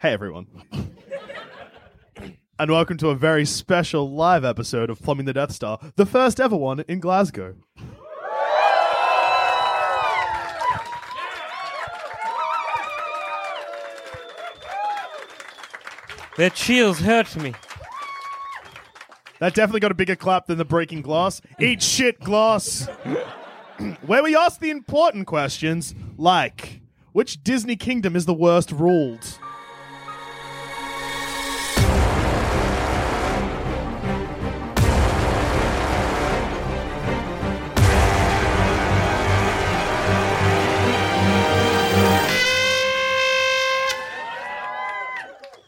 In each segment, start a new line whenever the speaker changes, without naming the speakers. Hey everyone. and welcome to a very special live episode of Plumbing the Death Star, the first ever one in Glasgow.
Their chills hurt me.
That definitely got a bigger clap than the breaking glass. Eat shit, glass. Where we ask the important questions, like which Disney kingdom is the worst ruled?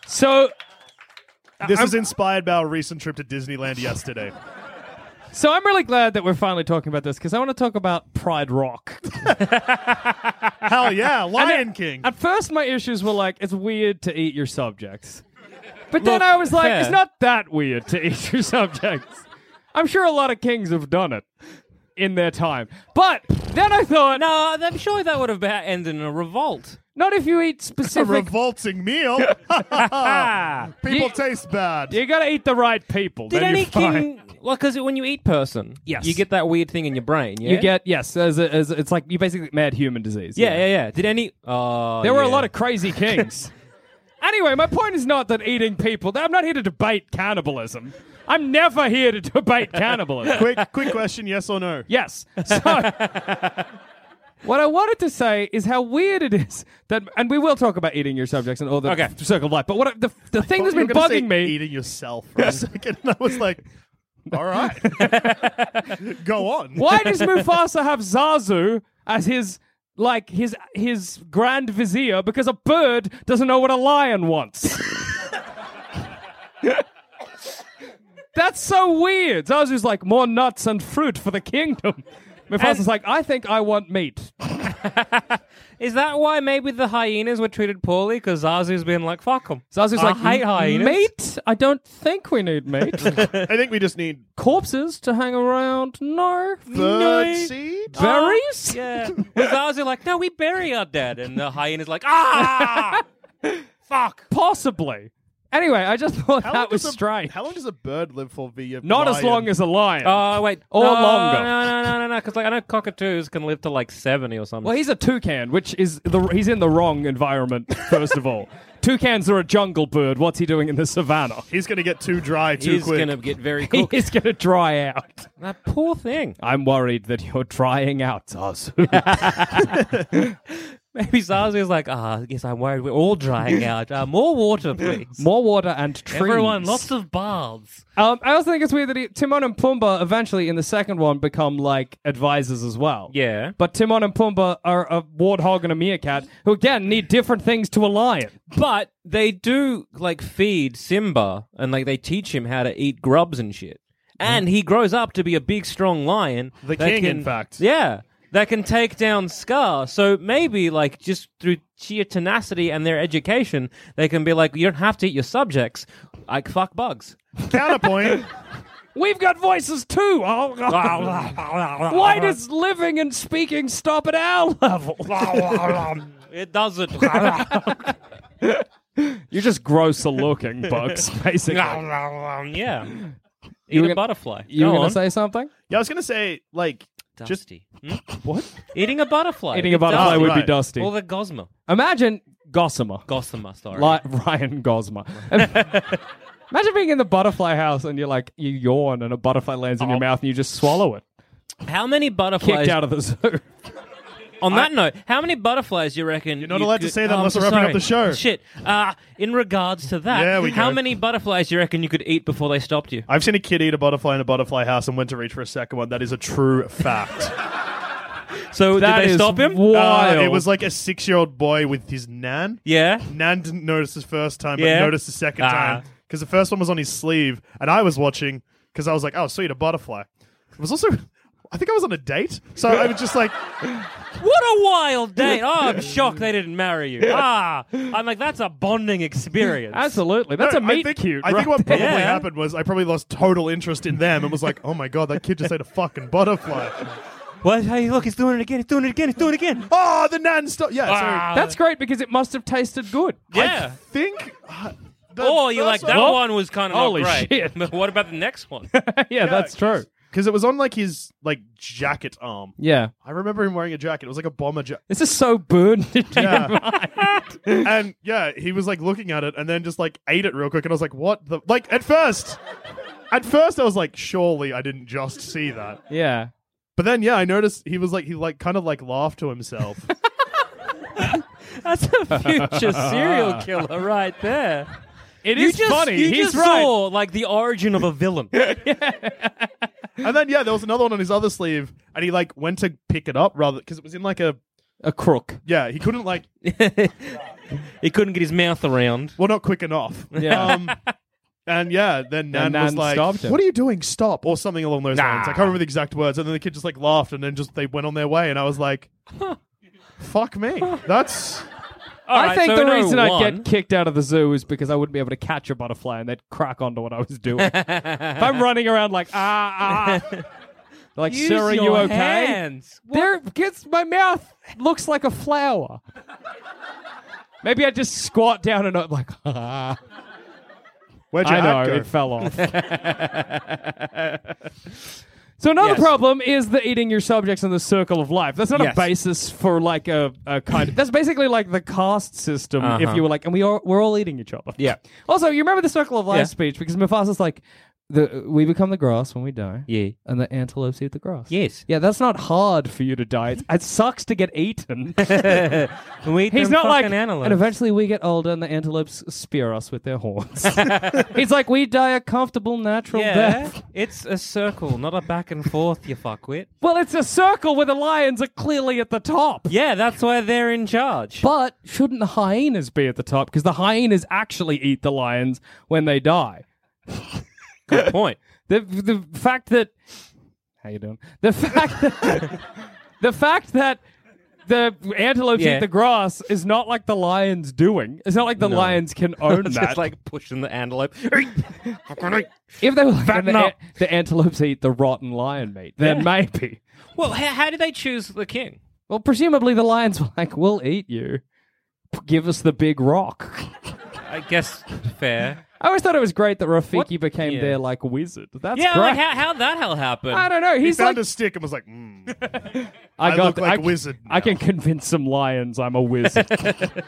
So,
This is inspired by our recent trip to Disneyland yesterday.
so I'm really glad that we're finally talking about this because I want to talk about Pride Rock.
Hell yeah, Lion King.
At first, my issues were like, it's weird to eat your subjects. But then
Look,
I was like,
fair.
it's not that weird to eat your subjects. I'm sure a lot of kings have done it in their time. But then I thought,
No, then surely that would have been- ended in a revolt.
not if you eat
A
specific.
revolting meal. People taste bad.
you gotta eat the right people.
Did
then
any
you're fine.
king? Well, because when you eat person,
Yes.
you get that weird thing in your brain. Yeah?
You get yes, as a, as a- it's like you basically mad human disease.
yeah, yeah, yeah. Did any? Oh,
There were a
yeah.
lot of crazy kings. anyway, my point is not that eating people. I'm not here to debate cannibalism. I'm never here to debate cannibalism.
Quick, quick question: Yes or no?
yes. So what I wanted to say is how weird it is that, and we will talk about eating your subjects and all the
Okay.
circle of life. But what I, the the thing that's
You were
been
gonna say
bugging me
Eating yourself for a second. And I was like, all right. Go on.
Why does Mufasa have Zazu as his like his his grand vizier? Because a bird doesn't know what a lion wants. That's so weird. Zazu's like more nuts and fruit for the kingdom. Mufasa's
And-
like, I think I want meat.
Is that why maybe the hyenas were treated poorly? Because Zazu's been like, fuck them.
Zazu's like,
hate hyenas.
meat? I don't think we need meat.
I think we just need
Corpses to hang around? No.
bird
No.
seed. Oh,
Berries?
Yeah. Was Zazu like, no, we bury our dead, and the hyena's like, ah, fuck.
Possibly. Anyway, I just thought
How long
that was
does a-
strange.
How long does a bird live for? Via
Not as long as a lion.
Oh wait,
Or
no,
longer.
No, no, no, no, no. Because like I know cockatoos can live to like seventy or something.
Well, he's a toucan, which is the he's in the wrong environment. First of all, toucans are a jungle bird. What's he doing in the savannah?
He's gonna get too dry too
He's
quick.
gonna get very
He
cooked.
is going to dry out.
that poor thing.
I'm worried that you're drying out, Zazu.
Maybe Zazu's like, ah, I guess I'm worried we're all drying out. Uh, more water, please.
More water and trees.
Everyone, lots of baths.
Um, I also think it's weird that he, Timon and Pumbaa eventually in the second one become like advisors as well.
Yeah.
But Timon and Pumbaa are a warthog and a meerkat who again need different things to a lion.
But they do like feed Simba and like they teach him how to eat grubs and shit.
Mm.
And he grows up to be a big, strong lion.
The
that
king, in
can-
fact.
Yeah, that can take down Scar. So maybe like just through sheer tenacity and their education, they can be like, you don't have to eat your subjects. Like fuck bugs.
Counterpoint.
We've got voices too. Why does living and speaking stop at our level?
It doesn't.
You're just grosser looking, Bugs, basically.
yeah.
You
Eat
were
a
gonna-
butterfly.
You
Go
were going
on.
to say something?
yeah, I was gonna say like just
dusty. Hmm?
What?
Eating a butterfly.
Eating a
It's
butterfly
dusty.
would be
Right.
dusty.
dusty.
Or the gosma.
Imagine Gossamer.
Gossamer, sorry.
Like Ryan Gosmer. Imagine being in the butterfly house and you're like, you yawn and a butterfly lands in your mouth and you just swallow it.
How many
Kicked
butterflies?
out of the zoo.
On that note, how many butterflies do you Oh, reckon? You're
not allowed to say that unless we're wrapping up the show.
Shit. Uh, in regards to that,
There we
how
go.
many butterflies do you reckon you could eat before they stopped you?
I've seen a kid eat a butterfly in a butterfly house and went to reach for a second one. That is a true fact.
So
That
did they
is
stop him?
Wild.
Uh, it was like a six-year-old boy with his nan.
yeah.
Nan didn't notice the first time, but
Yeah.
noticed the second
Ah.
time because the first one was on his sleeve, and I was watching because I was like, "Oh, sweet, a butterfly." It was also, I think I was on a date, so I was just like,
What a wild date! Oh, I'm shocked they didn't marry you. Ah, I'm like that's a bonding experience.
Absolutely. That's a
I
meet
think,
cute.
I think
right?
what probably
Yeah.
happened was I probably lost total interest in them and was like, "Oh my god, that kid just ate a fucking butterfly."
Well, hey, look, he's doing it again. He's doing it again. He's doing it again.
oh, the nan stuff. Yeah,
Ah.
That's great because it must have tasted good.
Yeah.
so think. Uh, the
Or you're like
first
that
one- Oh.
one was kind of
Holy
not great.
shit.
But what about the next one?
yeah, that's true.
because it was on like his like jacket arm.
Yeah.
I remember him wearing a jacket. It was like a bomber jacket.
This is so burned into
Yeah.
your mind.
and yeah, he was like looking at it and then just like ate it real quick. And I was like, what the? Like, at first, at first, I was like, surely I didn't just see that.
Yeah.
But then, yeah, I noticed he was like, he like kind of like laughed to himself.
That's a future serial killer right there.
It is
you just,
funny.
You
He's
just
right.
saw like the origin of a villain.
and then, yeah, there was another one on his other sleeve and he like went to pick it up rather because it was in like a,
A crook.
yeah, he couldn't like,
he couldn't get his mouth around.
well, not quick enough.
Yeah.
Um, and yeah, then Nan,
Then
was
Nan
like,
stopped him.
"What are you doing? Stop!" or something along those
Nah.
lines. I can't remember the exact words. And then the kid just like laughed, and then just they went on their way. And I was like, "Fuck me, that's
All
I
right,
think
so
the
we know
reason I'd
one.
get kicked out of the zoo is because I wouldn't be able to catch a butterfly and they'd crack onto what I was doing. if I'm running around like, ah, ah. they're Like,
Use
sir, are
your
you okay?
hands.
There, gets my mouth looks like a flower. Maybe I just squat down and I'm like, ah.
where'd your
I
hat
know,
go?"
it fell off. so another
Yes.
problem is the eating your subjects in the circle of life. That's not
Yes.
a basis for like a, a kind of. That's basically like the caste system. If you were like, and we are we're all eating each other.
Uh-huh. Yeah.
Also, you remember the circle of life
Yeah.
speech because Mufasa's like. The, we become the grass when we die.
Yeah.
And the antelopes eat the grass.
Yes.
Yeah, that's not hard for you to die. It's, it sucks to get eaten.
We eat
He's
them
not like,
fucking antelopes.
and eventually we get older and the antelopes spear us with their horns. He's like, we die a comfortable, natural
yeah,
death.
it's a circle, not a back and forth. You fuckwit.
Well, it's a circle where the lions are clearly at the top.
Yeah, that's why they're in charge.
But shouldn't the hyenas be at the top? Because the hyenas actually eat the lions when they die.
Good point.
The, the fact that how you doing? The fact that the fact that the antelopes
Yeah.
eat the grass is not like the lions doing. It's not like the lions can own
It's
that.
just like pushing the antelope.
If they were like, and the,
up.
an- the antelopes eat the rotten lion meat, then maybe.
well, how, how did they choose the king?
Well, presumably the lions were like, "We'll eat you. P- Give us the big rock."
I guess fair.
I always thought it was great that Rafiki
What?
became
Yeah.
their like wizard. That's
yeah,
great.
like how how that hell happened?
I don't know.
He
He's
found
like,
a stick and was like, mm.
I
I
got
look
th-
like
I, c-
wizard
I
now."
can convince some lions I'm a wizard.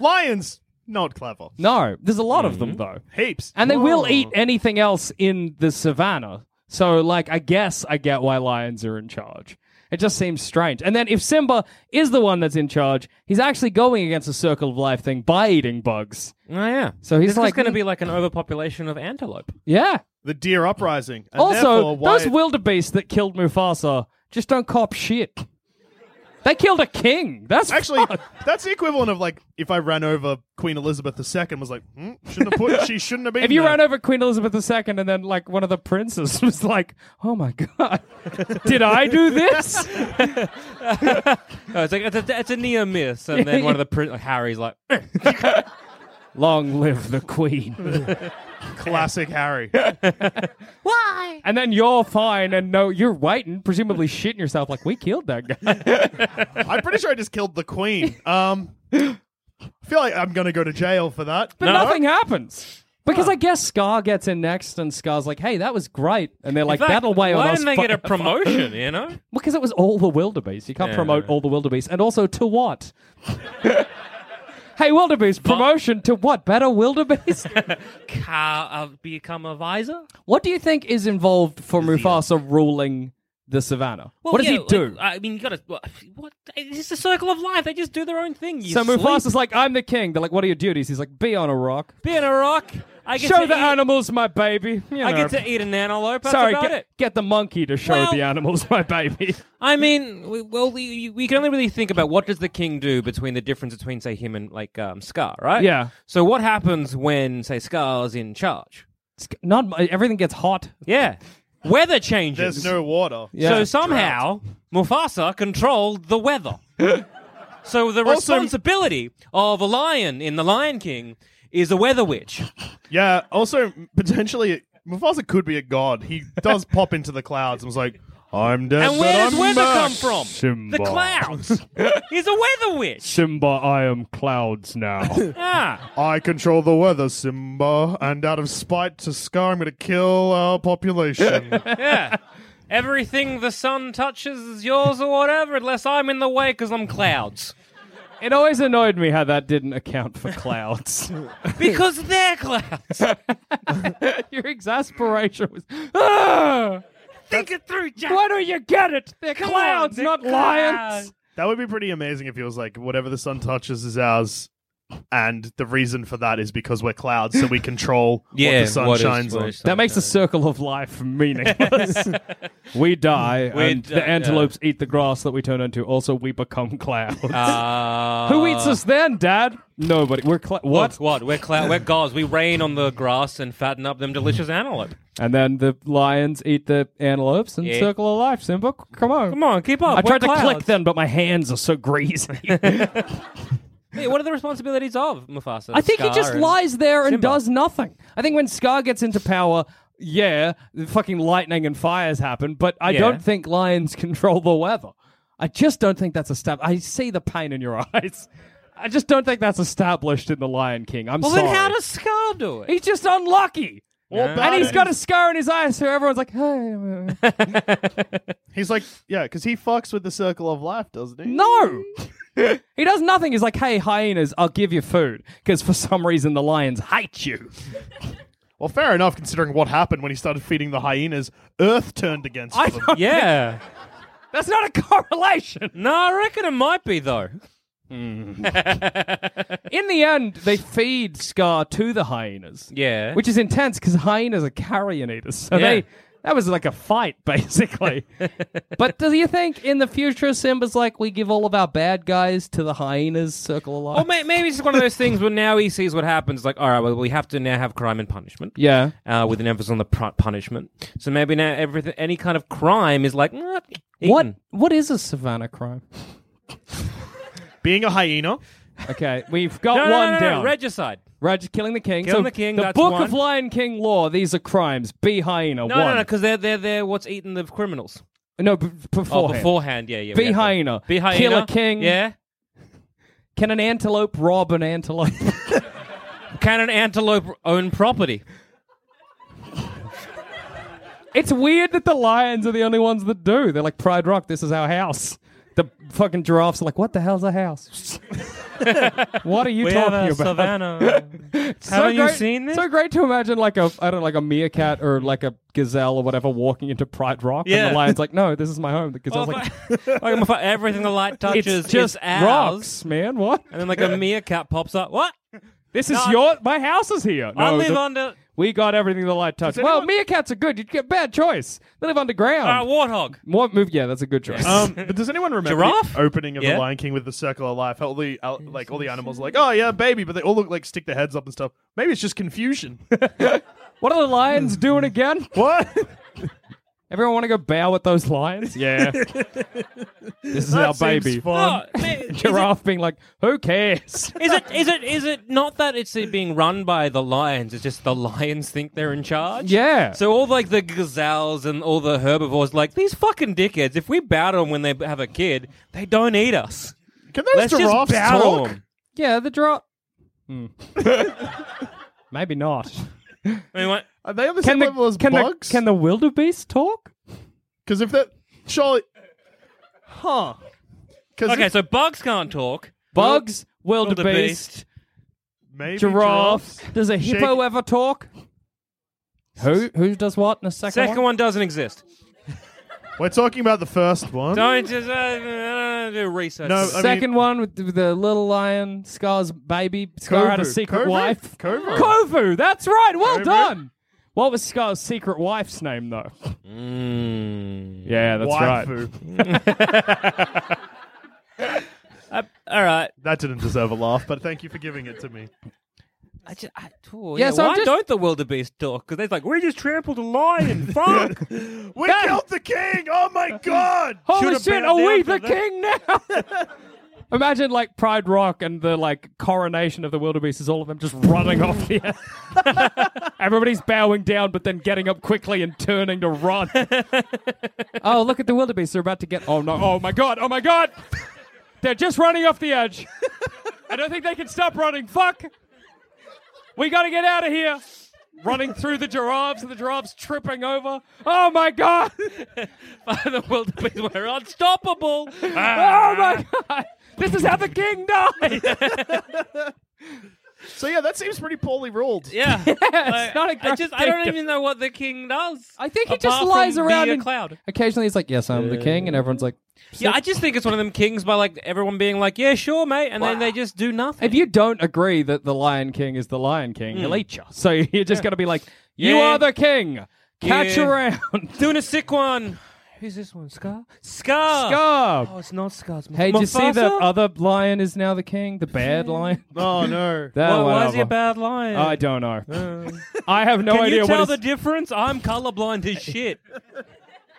"Lions, not clever,
no, there's a lot of
Hmm.
them though,
heaps."
and they will eat anything else in the savannah. So, like, I guess I get why lions are in charge. It just seems strange. And then if Simba is the one that's in charge, he's actually going against the circle of life thing by eating bugs.
Oh, yeah.
So he's
this
like-
going to be like "Hmm." an overpopulation of antelope.
Yeah.
the deer uprising. And
Also,
therefore why
those wildebeest that killed Mufasa just don't cop shit. They killed a king. That's
actually
fucked.
that's the equivalent of like if I ran over Queen Elizabeth II and was like, mm, "Shouldn't have put, she shouldn't have been."
If you
there."
ran over Queen Elizabeth II and then like one of the princes was like, "Oh my god, did I do this?"
Oh, it's like it's a, it's a near miss, and then one of the prin- like, Harry's like, "Eh."
Long live the queen.
classic Harry.
and then you're fine, and no, you're waiting, presumably shitting yourself. Like we killed that guy.
I'm pretty sure I just killed the queen. Um, I feel like I'm gonna go to jail for that.
But nothing happens. Because I guess Scar gets in next, and Scar's like, "Hey, that was great," and they're like,
In fact,
"That'll weigh on
why
us."
didn't they get a
forever."
promotion? You know,
Because it was all the wildebeest. You can't
Yeah.
promote all the wildebeest. And also, to what? hey, wildebeest, promotion to what? Better wildebeest?
Car, uh, become a visor.
what do you think is involved for Mufasa ruling the savannah? what does
yeah,
he do?
like, uh, I mean, you got to what, what? It's just a circle of life. They just do their own thing. You
so
sleep,
Mufasa's like, I'm the king. They're like, what are your duties? He's like, be on a rock.
be in a rock. I get
show
to
the
eat-
animals my baby. You
I get
know.
to eat an antelope. That's
Sorry,
about
get,
it.
get the monkey to show
Well-
the animals my baby.
I mean, we, well, we, we can only really think about what does the king do between the difference between, say, him and like um, Scar, right?
Yeah.
So what happens when, say, Scar's in charge?
It's Not everything gets hot.
Yeah, weather changes.
There's no water.
so somehow Mufasa controlled the weather. so the responsibility of a lion in the Lion King is a weather witch.
Yeah. Also, potentially, Mufasa could be a god. He does pop into the clouds and was like, "I'm dead."
And where
but
does
I'm
weather
back."
come from?
Simba.
The clouds. He's a weather witch.
Simba, I am clouds now.
Ah,
I control the weather, Simba, and out of spite to Scar, I'm going to kill our population.
yeah. Everything the sun touches is yours or whatever, unless I'm in the way because I'm clouds.
it always annoyed me how that didn't account for clouds.
Because they're clouds.
Your exasperation was. "Ah!
Think it through, Jack.
Why don't you get it? They're
Come on,
clouds,
they're
not lions.
clouds.
that would be pretty amazing if he was like, "Whatever the sun touches is ours." And the reason for that is because we're clouds, so we control what the sun shines on.
That makes the circle of life meaningless. we die,
We
and
die,
the antelopes eat the grass that we turn into. Also, we become clouds.
Uh,
Who eats us then, Dad? Nobody. We're cla-
What?
what?
What? We're clou- We're gods. We rain on the grass and fatten up them delicious antelope.
And then the lions eat the antelopes and
Yeah.
circle of life. Simba, c- come on.
Come on, keep up.
I tried
We're
to click
clouds.
then, but my hands are so greasy.
Hey, what are the responsibilities of Mufasa?
I think he
Scar
just
and-
lies there and
Simba.
does nothing. I think when Scar gets into power, yeah, the fucking lightning and fires happen, but I
Yeah.
don't think lions control the weather. I just don't think that's established. I see the pain in your eyes. I just don't think that's established in The Lion King. I'm
Well,
sorry.
then how does Scar do it?
He's just unlucky.
bad
And he's
is-
got a scar in his eye, so everyone's like, "Hey."
He's like, yeah, because he fucks with the circle of life, doesn't he?
no. he does nothing. He's like, hey, hyenas, I'll give you food. Because for some reason, the lions hate you.
Well, fair enough, considering what happened when he started feeding the hyenas. Earth turned against
I
them.
don't,
Yeah.
that's not a correlation.
no, I reckon it might be though.
In the end, they feed Scar to the hyenas.
Yeah.
Which is intense because hyenas are carrion eaters. So
Yeah.
they that was like a fight, basically. but do you think in the future Simba's like we give all of our bad guys to the hyenas circle of
Or
life?
may- maybe it's just one of those things where now he sees what happens. Like, all right, well, we have to now have crime and punishment.
yeah.
Uh, with an emphasis on the pr- punishment. So maybe now everything, any kind of crime is like, "Nah, eaten."
What what is a savannah crime?
Being a hyena,
Okay, we've got
No, no, no,
one
no, no,
down.
Regicide.
Reg- killing the king.
Killing
so
the king,
The
that's
book
one.
of Lion King law. These are crimes. Be hyena.
No,
one.
no, no, because they're, they're, they're what's eaten the criminals.
No, b-
Oh,
beforehand.
beforehand, yeah, yeah.
Be
we have to-
hyena.
Be hyena.
Kill a king.
Yeah.
Can an antelope rob an antelope?
Can an antelope own property?
It's weird that the lions are the only ones that do. They're like Pride Rock. This is our house. The fucking giraffes are like, what the hell's a house? what are you talking about? So
Haven't you
great-
seen this?
So great to imagine like a I don't know, like a meerkat or like a gazelle or whatever walking into Pride Rock, and
Yeah. Oh,
the lion's like, no, this is my home. The gazelle's like,
everything the light touches,
it's just
ours.
rocks, man. What?
And then like a meerkat pops up. What?
This is
No, I-
your my house is here.
I
No,
live
the-
under
We got everything the light touched. Well, meerkats are good. You get bad choice. They live underground.
a warthog.
What move? Yeah, that's a good choice.
um, but does anyone remember
Giraffe?
the opening of
Yeah.
the Lion King with the circle of life? How all the al- like all the animals are like, oh yeah, baby, but they all look like stick their heads up and stuff. Maybe it's just confusion.
What are the lions doing again?
what?
Everyone want to go bow at those lions? Yeah. this is our baby.
Oh, man, is, it,
Giraffe being like, who cares?
is it is it is it not that it's being run by the lions? It's just the lions think they're in charge.
yeah.
So all like the gazelles and all the herbivores, like these fucking dickheads. If we bow to them when they have a kid, they don't eat us.
Can those
Let's
giraffes
just bow
talk?
to them.
yeah, the drop.
Hmm.
Maybe not.
I mean, what-
Are they on the
Can
same
the,
level as
can, the,
bugs?
can the wildebeest talk?
Because if that, surely, huh? Because
Okay, so bugs can't talk.
Bugs, wildebeest,
Wildebeest.
maybe
giraffes.
giraffes.
Does a hippo
Shake-
ever talk? Who who does what in a second,
Second one doesn't exist.
We're talking about the first one.
Don't just uh, uh, do research.
No, I mean-
Second one with the, the little lion, Scar's baby. Scar had a
Kovu.
secret
Kovu?
wife.
Kovu.
Kovu, that's right. Well
Kovu.
done. What was Scar's secret wife's name, though? Yeah, that's right.
Mm. Waifu.
All right.
That didn't deserve a laugh, but thank you for giving it to me.
I just, I, oh,
Yeah,
yeah,
so I'm
why
just-
don't the wildebeest talk? Because they're like, we just trampled a lion. Fuck.
We killed the king! Oh my god!
Holy
Should've
shit,
been
are we the
there for that.
king now? Imagine like Pride Rock and the like coronation of the wildebeest is all of them just running off the end. Everybody's bowing down but then getting up quickly and turning to run. oh, look at the wildebeest. They're about to get Oh no. Oh my god. Oh my god. They're just running off the edge. I don't think they can stop running. Fuck. We got to get out of here. Running through the giraffes and the giraffes tripping over. Oh my god.
the wildebeest were unstoppable.
Oh my
Ah.
god! This is how the king died.
So yeah, that seems pretty poorly ruled.
Yeah. Like,
not a
I
great
just I don't
kingdom.
even know what the king does.
I think he
apart
just lies
from
around
be
in-
a cloud.
Occasionally, he's like, "Yes, I'm the king," and everyone's like,
Yeah, I just think it's one of them kings by like everyone being like, yeah, sure, mate, and then they just do nothing.
"If you don't agree that the Lion King is the Lion King, he'll eat you." So you're just gonna be like, "You
Hmm. Yeah.
are the king. Catch
Yeah.
around."
Doing a sick one. Who's this one? Scar. Scar.
Go.
Oh, it's not Scar. It's
Hey, did you see that
Mufasa?
other lion is now the king? The bad lion?
Oh no.
That
Why,
one
why is he a
over.
bad lion?
I don't know. I have no
Can
idea
you
what
tell
his-
the difference? I'm colorblind as shit.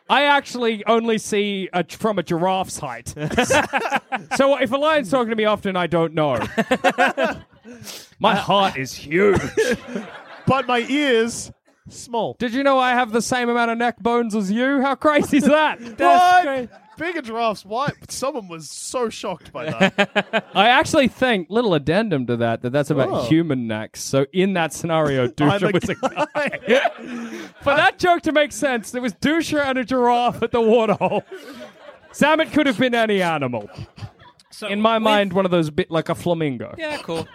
I actually only see a, from a giraffe's height. so if a lion's talking to me often, I don't know. My heart is huge.
But my ears small.
Did you know I have the same amount of neck bones as you? How crazy is that?
what?
great.
Bigger giraffes. Why? Someone was so shocked by that.
I actually think, little addendum to that, that that's about
Oh.
human necks. So in that scenario,
I'm
Dusha
a
was a
guy.
For that joke to make sense, there was Dusha and a giraffe at the waterhole. Sam, it could have been any animal.
So
In my
with-
mind, one of those bit like a flamingo.
Yeah, cool.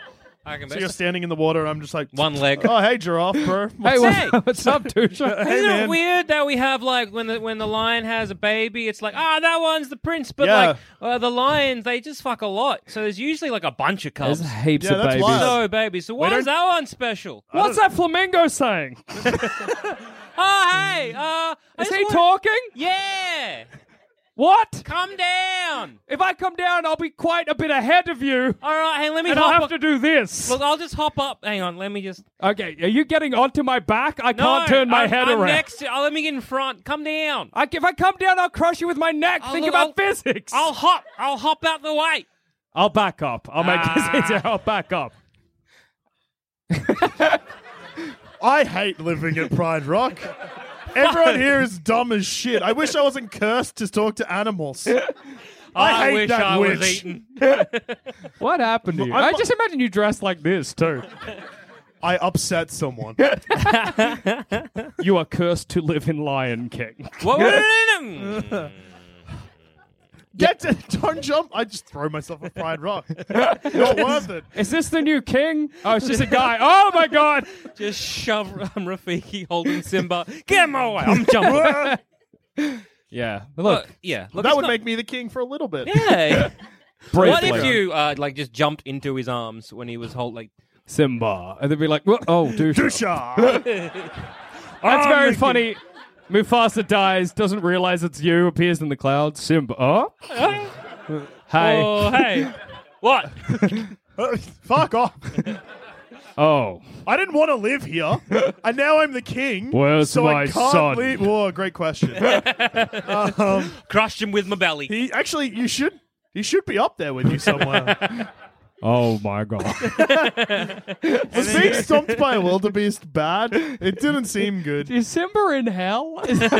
I can
So
bet.
you're standing in the water, and I'm just like
One leg.
Oh hey giraffe, bro.
Hey, what-
Hey!
what's up, Dusha?
Hey,
Isn't
man.
it weird that we have like when the when the lion has a baby, it's like ah that one's the prince, but
Yeah.
like uh, the lions they just fuck a lot, so there's usually like a bunch of
There's
cubs.
heaps
Yeah,
of
that's
babies.
wild.
So babies, so why is that one special?
What's that flamingo saying?
Oh hey, uh, I
Mm. Is
just
he
wanna-
talking?
Yeah,
What?
come down.
If I come down, I'll be quite a bit ahead of you,
All right, hey, let me
and I'll
hop.
have
up.
to do this.
Look, I'll just hop up. Hang on, let me just.
Okay, are you getting onto my back? I
No,
can't turn my
I'm,
head
I'm
around.
Next to, oh, let me get in front. Come down.
I, if I come down, I'll crush you with my neck.
Oh,
Think
look,
about
I'll-
physics.
I'll hop. I'll hop out the way.
I'll back up. I'll make
Ah.
this easier. I'll back up.
I hate living at Pride Rock. Everyone here is dumb as shit. I wish I wasn't cursed to talk to animals. I, hate
wish
that
I
witch.
was eaten.
What happened to you?
I'm-
I just imagine you dressed like this too.
I upset someone.
you are cursed to live in Lion King.
What would it in?
Get to, don't jump. I just throw myself at Pride Rock. Not worth it.
Is this the new king? Oh, it's just a guy. Oh my god.
Just shove um, Rafiki holding Simba. Get him away. I'm jumping.
Yeah.
Look,
Look,
yeah. Look,
That
it's
would
not-
make me the king for a little bit.
Yeah. what
briefly.
if you uh, like just jumped into his arms when he was hold like
Simba, and they'd be like, "Whoa, "Oh, douche."
Dusha.
That's
Ah,
very
Mickey.
funny. Mufasa dies, doesn't realize it's you, appears in the clouds. Simba, oh, hey,
Oh hey. What?
Fuck off.
oh,
I didn't want to live here, and now I'm the king.
Where's
so
my
I can't
son?
Leave. Whoa, great question. um,
Crushed him with my belly.
he actually, you should, he should be up there with you somewhere.
oh my god.
Was being stomped by a wildebeest bad? It didn't seem good.
Is Simba in hell? Is that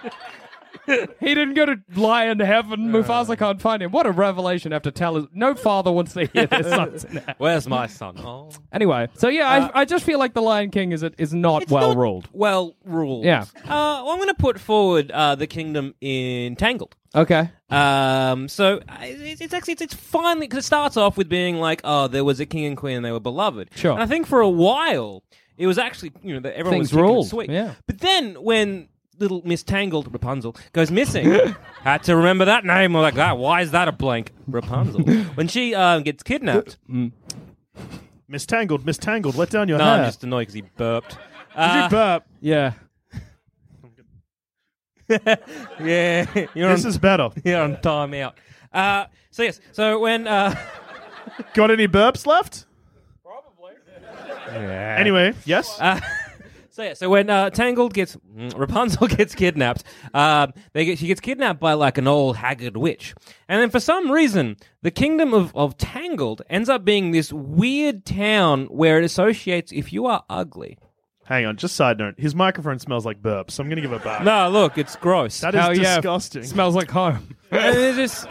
what happened? he didn't go to lion heaven. Mufasa can't find him. What a revelation! Have to tell his no father wants to hear their son's in hell.
Where's my son? Oh.
Anyway, so yeah, I, I just feel like the Lion King is is Uh. not well
not
ruled.
Well ruled.
Yeah.
Uh, well, I'm going to put forward uh, the kingdom in Tangled.
Okay,
Um, so uh, it's, it's actually it's, it's finally because it starts off with being like, oh, there was a king and queen, and they were beloved.
Sure.
And I think for a while it was actually you know that everyone
Things
was kicking it
ruled,
sweet.
yeah.
But then when little Miss Tangled Rapunzel goes missing. Had to remember that name We're like that. Why is that a blank Rapunzel? when she uh, gets kidnapped,
Miss Tangled, Miss Tangled, let down your
no,
hair.
I'm just annoyed because he burped.
Did
Uh,
you burp?
Yeah.
yeah, you're
This
on,
is better.
you're on time out. Uh, so yes, so when uh,
Got any burps left? Probably.
Uh,
Anyway, yes.
So yeah, so when uh, Tangled gets mm, Rapunzel gets kidnapped, um, they get, she gets kidnapped by like an old haggard witch, and then for some reason, the kingdom of, of Tangled ends up being this weird town where it associates if you are ugly.
Hang on, just side note. His microphone smells like burps, so I'm going to give it back.
No, look, it's gross.
That
Hell
is
Oh, yeah.
disgusting.
Smells like home.
And it's this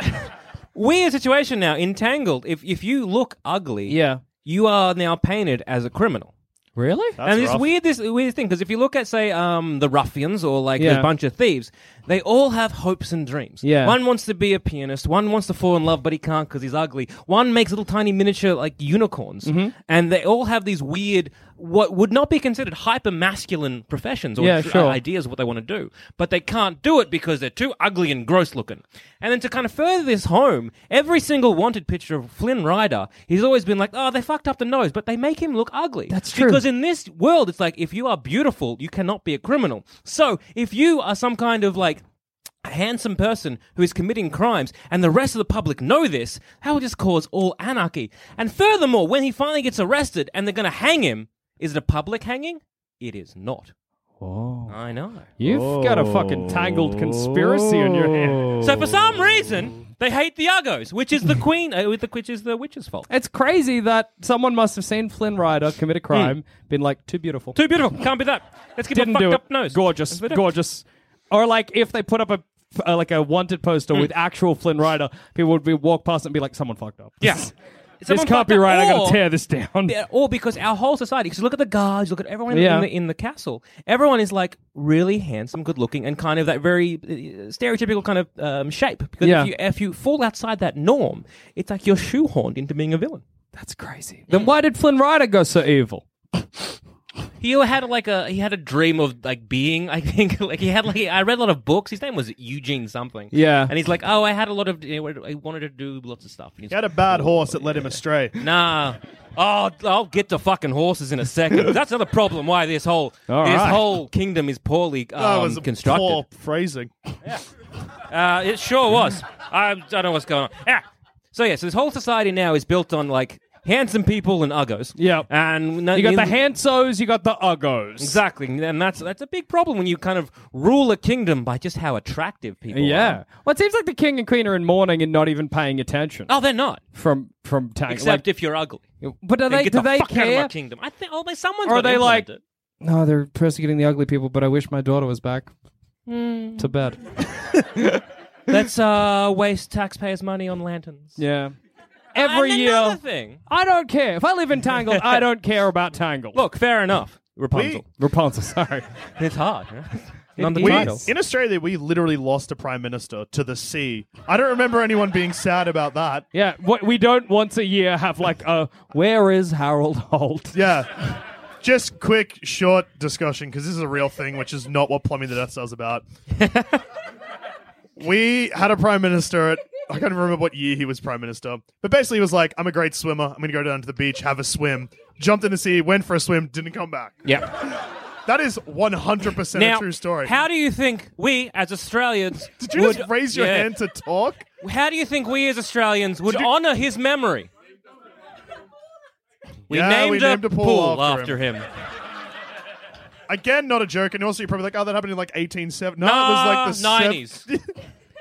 weird situation now. In Tangled, if if you look ugly,
Yeah.
you are now painted as a criminal.
Really?
That's
and it's
rough.
weird, this weird thing, because if you look at, say, um, the ruffians or like
Yeah.
a bunch of thieves, they all have hopes and dreams.
Yeah.
One wants to be a pianist. One wants to fall in love, but he can't because he's ugly. One makes little tiny miniature like unicorns,
Mm-hmm.
and they all have these weird, what would not be considered hyper masculine professions or uh,
Yeah,
dr-
sure.
ideas of what they want to do, but they can't do it because they're too ugly and gross looking. And then to kind of further this home, every single wanted picture of Flynn Rider, he's always been like, oh, they fucked up the nose, but they make him look ugly.
That's true.
Because in this world, it's like if you are beautiful, you cannot be a criminal. So if you are some kind of like handsome person who is committing crimes and the rest of the public know this, that will just cause all anarchy. And furthermore, when he finally gets arrested and they're going to hang him, is it a public hanging? It is not.
Oh.
I know.
You've got a fucking tangled conspiracy on your hands.
So for some reason, they hate the Argos, which is the queen, uh, with the- which is the witch's fault.
It's crazy that someone must have seen Flynn Rider commit a crime, been like, too beautiful.
Hmm. Too beautiful. Can't be that. Let's get
Didn't
a fucked
do it.
up nose.
Gorgeous.
That's what it-
Gorgeous. Or like if they put up a uh, like a wanted
Hmm.
poster with actual Flynn Rider, people would be walk past it and be like, someone fucked up.
Yeah.
This,
Someone fucked
this can't be
up.
right. I
Or-
gotta tear this down.
Yeah, or because our whole society, because look at the guards, look at everyone in,
Yeah.
the, in the castle, everyone is like really handsome, good looking, and kind of that very uh, stereotypical kind of um, shape. Because
Yeah.
if, you, if you fall outside that norm, it's like you're shoehorned into being a villain.
That's crazy. Then why did Flynn Rider go so evil?
He had like a he had a dream of like being. I think like he had like I read a lot of books. His name was Eugene something.
Yeah.
and he's like, oh, I had a lot of. You know, I wanted to do lots of stuff. And he's
He had a bad horse that led him astray.
Nah. Oh, I'll get to fucking horses in a second. That's another problem. Why this whole
All
this
right.
whole kingdom is poorly um,
That was a
constructed.
poor phrasing.
Uh, it sure was. I, I don't know what's going on. Yeah. So yeah, so this whole society now is built on like handsome people and uggos.
Yeah.
And no-
You got the Hansos, you got the Uggos.
Exactly, and that's that's a big problem when you kind of rule a kingdom by just how attractive people are.
Yeah. Well, it seems like the king and queen are in mourning and not even paying attention.
Oh, they're not.
From from Tang.
Except if you're ugly.
like, but are
Then
they
get
do
the
they
fuck out of my
care?
kingdom. I think. Oh, they someone's.
Or are
got to
they like-
implement it.
No, they're persecuting the ugly people. But I wish my daughter was back
Hmm.
to bed.
Let's uh, waste taxpayers' money on lanterns.
Yeah. Every
and
year,
Another thing.
I don't care if I live in Tangled. I don't care about Tangled.
Look, fair enough. Rapunzel.
Rapunzel. Sorry.
It's hard. Huh? Not the
is.
We,
title.
in Australia, we literally lost a prime minister to the sea. I don't remember anyone being sad about that.
Yeah. What we don't once a year have like a where is Harold Holt?
Yeah. Just quick, short discussion because this is a real thing, which is not what Plumbing the Death Star's about. we had a prime minister at, I can't remember what year he was prime minister, but basically he was like, I'm a great swimmer. I'm going to go down to the beach, have a swim. Jumped in the sea, went for a swim, didn't come back.
Yeah.
That is 100% a true story.
How do you think we as Australians
Did you
would,
just raise your
Yeah.
hand to talk?
How do you think we as Australians would honor his memory? We,
Yeah,
named,
we named
a, pool, after, him.
Again, not a joke. And also, you're probably like, oh, that happened in like 1870. No, it
Ah,
was
Nah,
like the
90s.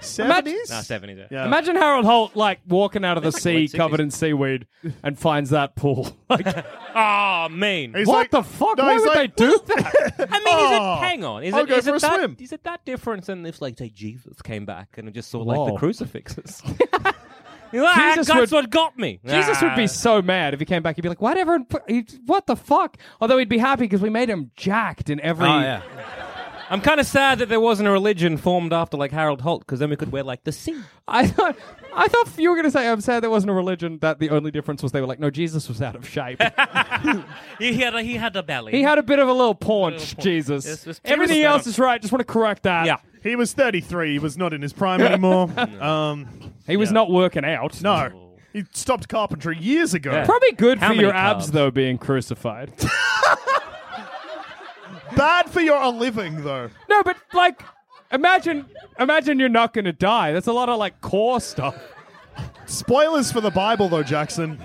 sev- 70s?
Nah, 70s.
Yeah.
Imagine Harold Holt like walking out of the sea
late 60s.
covered in seaweed and finds that pool. Like,
Ah, mean.
He's
what
like-
the fuck?
No,
Why
he's
would
like,
they do that?
I mean,
Oh,
is it? Hang on. Is
I'll
it,
go
is
for
it
a
that,
swim.
Is it that different than if, like, say, Jesus came back and just saw, like,
Whoa.
the crucifixes? You're like, "Ah,
Jesus
That's
would-
what got me. Ah.
Jesus would be
Nah.
so mad if he came back. He'd be like, "Why did everyone? put- he- What the fuck?" Although he'd be happy because we made him jacked in every.
Oh, yeah. I'm kind of sad that there wasn't a religion formed after like Harold Holt because then we could wear like the sea.
I thought I thought you were going to say, I'm sad there wasn't a religion, that the only difference was they were like, no, Jesus was out of shape.
He had a, he had a belly.
he had a bit of a little paunch,
paunch.
Jesus.
Yes, yes,
Everything
Jesus.
else is right. Just want to correct that.
yeah.
He was 33. He was not in his prime anymore. um,
He was not working out.
no, he stopped carpentry years ago.
Probably good
How
for
many
your abs,
carbs?
though, being crucified.
Bad for your living, though.
no, but like, imagine, imagine you're not going to die. That's a lot of like core stuff.
Spoilers for the Bible, though, Jackson.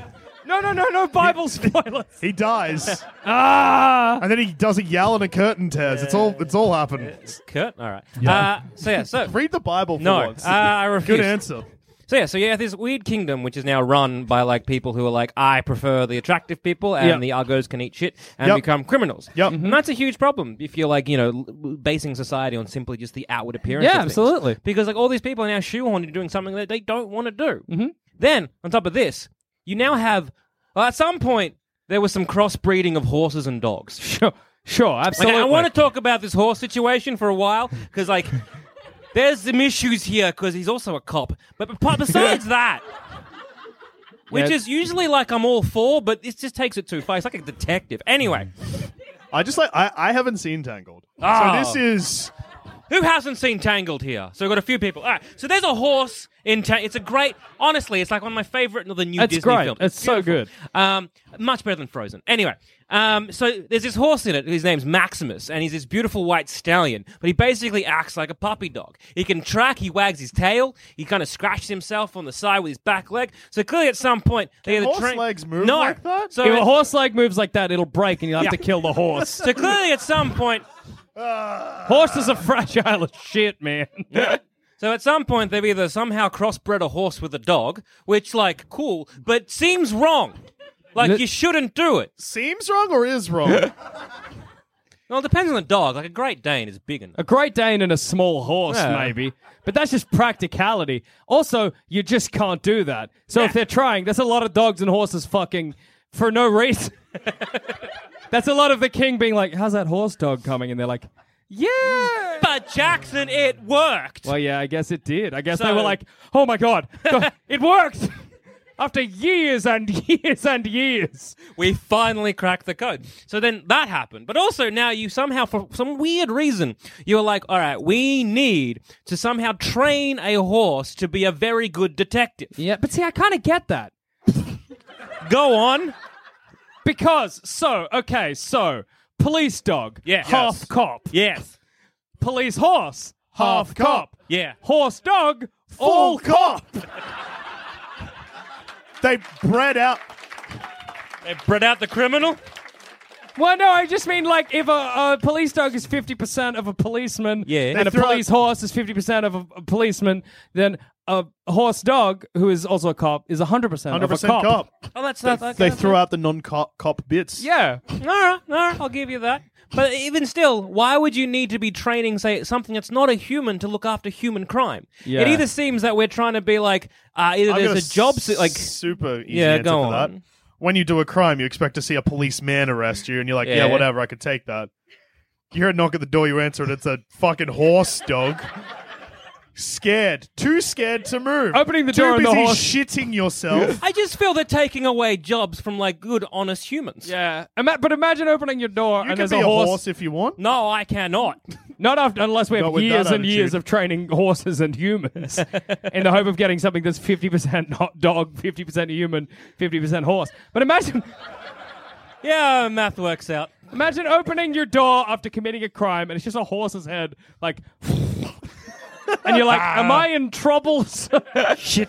No, no, no, no Bible spoilers.
He dies,
ah,
and then he does a yell and a curtain tears. It's all. It's all happened.
Kurt. All right. Uh, so yeah. So
Read the Bible for
no. Uh,
once.
I refuse.
Good answer.
So yeah, so you have this weird kingdom which is now run by like people who are like, I prefer the attractive people, and
Yep.
the argos can eat shit and
Yep.
become criminals.
Yep.
and that's a huge problem if you're like you know l- basing society on simply just the outward appearance.
Yeah,
of things.
absolutely.
Because like all these people are now shoehorned into doing something that they don't want to do. Mm-hmm. Then on top of this, you now have well, at some point there was some crossbreeding of horses and dogs.
sure, sure,
Like,
absolutely.
I want to talk about this horse situation for a while because, like, there's some issues here because he's also a cop. But bep- besides that, which
Yeah.
is usually like I'm all for, but this just takes it too far. It's like a detective. Anyway,
I just like. I, I haven't seen Tangled,
Oh.
so this is.
who hasn't seen Tangled here? So we've got a few people. All right, so there's a horse in Tangled. It's a great, honestly, it's like one of my favorite of the new
It's
Disney
great.
films.
It's so
Beautiful. Um, much better than Frozen. Anyway, um, so there's this horse in it. His name's Maximus, and he's this beautiful white stallion. But he basically acts like a puppy dog. He can track. He wags his tail. He kind of scratches himself on the side with his back leg. So clearly, at some point, they either
horse
train-
legs move
no.
like that?
So
if a horse leg moves like that, it'll break, and you'll have
Yeah.
to kill the horse.
so clearly, at some point,
Horses are fragile as shit, man.
So at some point they've either somehow crossbred a horse with a dog, which like cool, but seems wrong. Like
Let-
you shouldn't do it.
Seems wrong or is wrong?
Well, it depends on the dog. Like a Great Dane is big enough.
A Great Dane and a small horse,
Yeah.
maybe. But that's just practicality. Also, you just can't do that. So if they're trying, there's a lot of dogs and horses fucking for no reason. that's a lot of the king being like, how's that horse dog coming? And they're like, yeah.
But Jackson, it worked.
Well, yeah, I guess it did. I guess they
So-
were like, oh my God, God, it worked. After years and years and years.
we finally cracked the code. So then that happened. But also now you somehow, for some weird reason, you're like, all right, we need to somehow train a horse to be a very good detective.
Yeah, but see, I kind of get that.
Go on.
Because, so, okay, so, police dog,
Yeah.
half
Yes.
cop.
Yes.
Police horse, half,
Half
cop.
cop.
Yeah.
Horse dog, all
Full
cop.
they bred out.
They bred out the criminal.
Well, no, I just mean like if a, a police dog is 50% of a policeman
Yeah.
and
They
a
throw-
police horse is 50% of a, a policeman, then a horse dog, who is also a cop, is 100%,
Hundred
of a
percent
cop.
cop.
Oh, that's not. okay,
They
that's
threw out the non-cop cop bits.
Yeah.
All right, all right, I'll give you that. But even still, why would you need to be training, say, something that's not a human to look after human crime?
Yeah.
It either seems that we're trying to be like, uh, either
I've got
there's a job, se- like,
super easy
Yeah,
answer
go
for that.
on.
When you do a crime, you expect to see a policeman arrest you, and you're like, yeah,
Yeah.
whatever, I could take that. You hear a knock at the door, you answer it. It's a fucking horse dog. Scared, too scared to move.
Opening the
too
door and the
busy
horse-
shitting yourself.
I just feel they're taking away jobs from like good, honest humans.
Yeah. Ima- but imagine opening your door
you
and
can
there's
be a
horse.
horse. if you want.
No, I cannot.
Not after, unless we have
Not with
years
that
and
attitude.
years of training horses and humans in the hope of getting something that's 50% not dog, 50% human, 50% horse. But imagine
yeah, math works out.
imagine opening your door after committing a crime and it's just a horse's head, like. and you're like, am
Ah.
I in trouble? sir?"
Shit.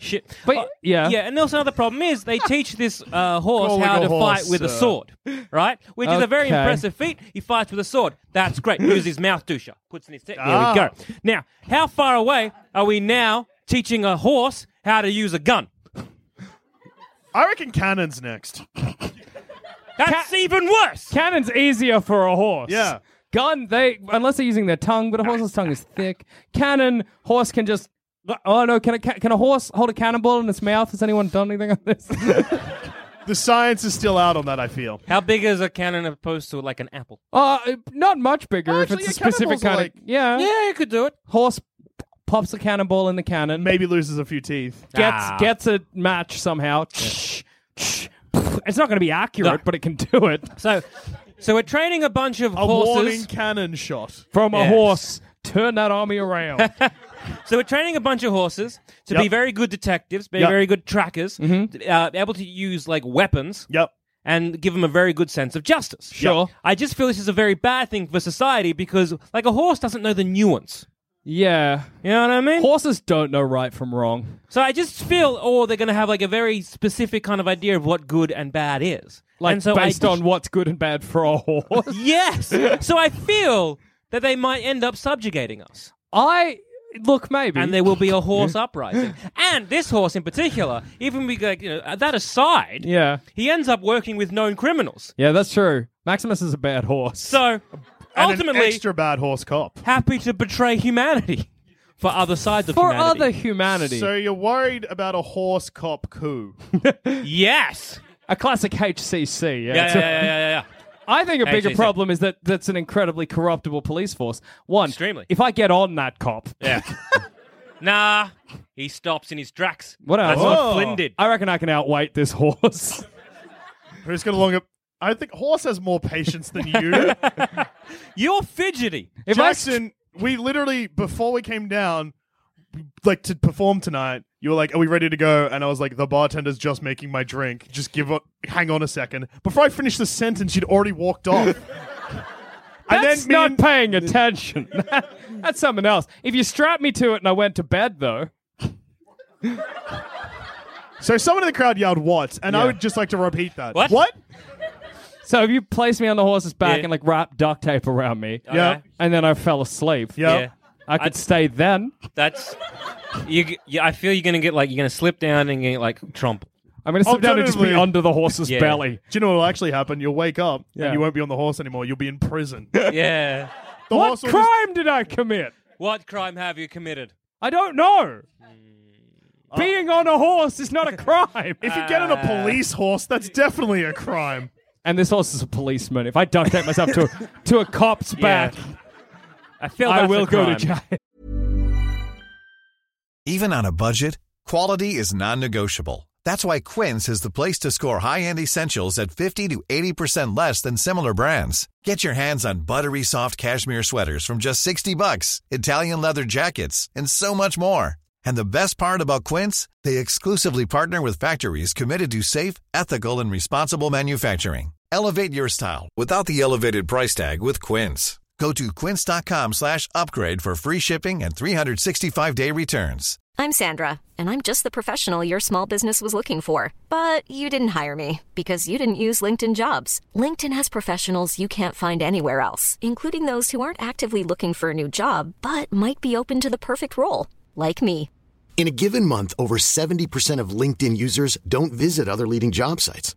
Shit.
But,
Oh,
Uh,
yeah.
Yeah, and also another problem is they teach this uh, horse
Call it
how
a
to
horse,
fight with a
sir.
sword, right? Which is a very
Okay.
impressive feat. He fights with a sword. That's great. Uses his mouth douche. Puts in his teeth.
Ah.
There we go. Now, how far away are we now teaching a horse how to use a gun?
I reckon cannon's next.
That's even worse.
Cannon's easier for a horse.
Yeah.
Gun, they unless they're using their tongue, but a horse's tongue is thick. Cannon, horse can just. Oh no! Can a ca- can a horse hold a cannonball in its mouth? Has anyone done anything on this?
The science is still out on that. I feel.
how big is a cannon opposed to like an apple?
Oh.
Uh, not much bigger if
actually,
it's a
yeah,
specific
cannonballs are
kind of
like-
yeah.
Yeah, you could do it.
horse pops a cannonball in the cannon,
Maybe loses a few teeth.
gets
Ah.
gets a match somehow. It's not going to be accurate,
No.
but it can do it
So, so we're training a bunch of
A warning
horses.
cannon shot.
from a
Yes.
horse. Turn that army around.
So we're training a bunch of horses to be
Yep.
very good detectives, be
Yep. Mm-hmm.
very good trackers, uh, able to use like weapons.
Yep.
and give them a very good sense of justice.
Sure.
I just feel this is a very bad thing for society because, like, a horse doesn't know the nuance.
yeah,
You know what I mean?
horses don't know right from wrong.
so I just feel, oh, they're going to have like a very specific kind of idea of what good and bad is.
Like
and so I
based on what's good and bad for a horse.
yes. so I feel that they might end up subjugating us,
I look maybe,
and there will be a horse uprising. And this horse in particular, even we go, you know, that aside,
yeah,
he ends up working with known criminals.
yeah, that's true. Maximus is a bad horse.
So
And
ultimately,
an extra bad horse cop.
happy to betray humanity for other sides of
for
humanity.
other humanity,
So you're worried about a horse cop coup?
yes.
a classic HCC. Yeah,
Yeah,
It's
yeah,
a-
yeah, yeah, yeah,
I think a bigger
HCC.
problem is that that's an incredibly corruptible police force. One,
Extremely.
If I get on that cop,
yeah. Yeah. nah, he stops in his tracks.
What else?
That's what
Oh.
Flynn did.
I reckon I can outweight this horse.
Who's going to long up? I think horse has more patience than you.
You're fidgety.
If I,
Jackson, we literally before we came down, like to perform tonight. You were like, "Are we ready to go?" And I was like, "The bartender's just making my drink. Just give up. Hang on a second. Before I finished the sentence, she'd already walked off. and
that's
me
not
and-
paying attention. that's something else. If you strapped me to it and I went to bed though,
so someone in the crowd yelled, "What?" And I
Yeah.
would just like to repeat that.
What?
What?
so if you placed me on the horse's back
Yeah.
and like wrapped duct tape around me,
Yeah.
Okay.
and then I fell asleep,
Yeah.
Yeah.
I could stay then.
That's. You, g- yeah, I feel you're gonna get like you're gonna slip down and get like trampled.
I'm gonna sit down and just be
Alternatively-
under the horse's
Yeah.
belly.
Do you know what will actually happen? You'll wake up
Yeah.
and you won't be on the horse anymore. You'll be in prison. The
Yeah.
What
horse will just-
crime did I commit?
What crime have you committed?
I don't know. Being on a horse is not a crime.
Hmm. if you get on
Uh,
a police horse, that's definitely a crime.
and this horse is a policeman. If I duct tape myself to a, to a cop's back,
I
Oh,
feel
I
that's
will
a
go to
crime.
jail.
Even on a budget, quality is non-negotiable. That's why Quince is the place to score high-end essentials at 50 to 80% less than similar brands. Get your hands on buttery soft cashmere sweaters from just 60 bucks, Italian leather jackets, and so much more. And the best part about Quince, they exclusively partner with factories committed to safe, ethical, and responsible manufacturing. Elevate your style without the elevated price tag with Quince. Go to quince.com slash upgrade for free shipping and 365-day returns.
I'm Sandra, and I'm just the professional your small business was looking for. But you didn't hire me because you didn't use LinkedIn jobs. LinkedIn has professionals you can't find anywhere else, including those who aren't actively looking for a new job but might be open to the perfect role, like me.
In a given month, over 70% of LinkedIn users don't visit other leading job sites.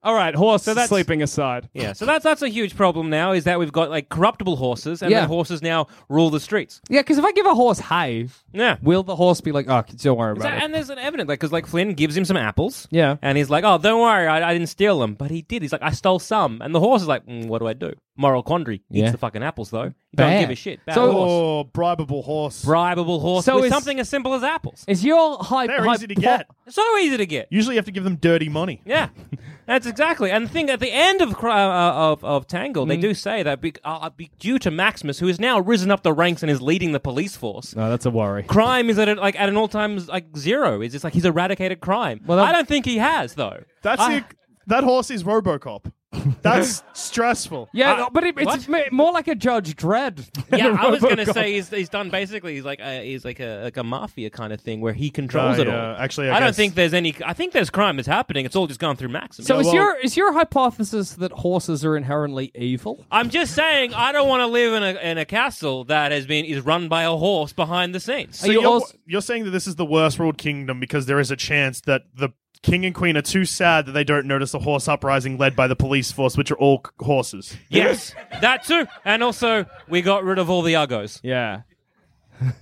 All right, horse
So that's-
sleeping aside.
Oh, Yeah, so that's that's a huge problem now. Is that we've got like corruptible horses, and
Yeah.
then horses now rule the streets.
Yeah, because if I give a horse hay,
Yeah,
will the horse be like, oh, don't worry about
So-
it?
and there's an evidence, like, because like Flynn gives him some apples.
Yeah.
And he's like, "Oh, don't worry, I, I didn't steal them," but he did. He's like, "I stole some," and the horse is like, mm, "What do I do?" Moral quandary.
Yeah.
Eats the fucking apples though. You
Bad.
don't give a shit. Bad
So-
horse.
Oh, bribable horse.
Bribable horse
So
with
is-
something as simple as apples.
Is your high?
They're
high
easy to get.
So easy to get.
Usually, you have to give them dirty money.
Yeah, that's exactly. And the thing at the end of Cry- uh, of of Tangle,
Mm.
they do say that be, uh, be, due to Maximus, who has now risen up the ranks and is leading the police force,
No, that's a worry.
crime is at a, like at an all time like zero. It's just like he's eradicated crime.
Well, that-
I don't think he has though.
That's
Ah.
I-
the, that horse is RoboCop. That's stressful.
Yeah,
Uh,
but it, it's
what?
ma- more like a Judge Dredd. than
Yeah,
a
I was gonna
Robocop.
say he's, he's done basically. He's like a, he's like a like a mafia kind of thing where he controls
Oh,
it
yeah.
all.
Actually, I
don't
guess-
think there's any. I think there's crime that's happening. It's all just gone through Maximus.
So is
well-
your is your hypothesis that horses are inherently evil?
I'm just saying, I don't want to live in a in a castle that has been is run by a horse behind the scenes.
So
Are you
you're,
also-
you're saying that this is the worst ruled kingdom because there is a chance that the king and queen are too sad that they don't notice the horse uprising led by the police force, which are all c- horses.
Yes, that too. And also, we got rid of all the uggos.
Yeah.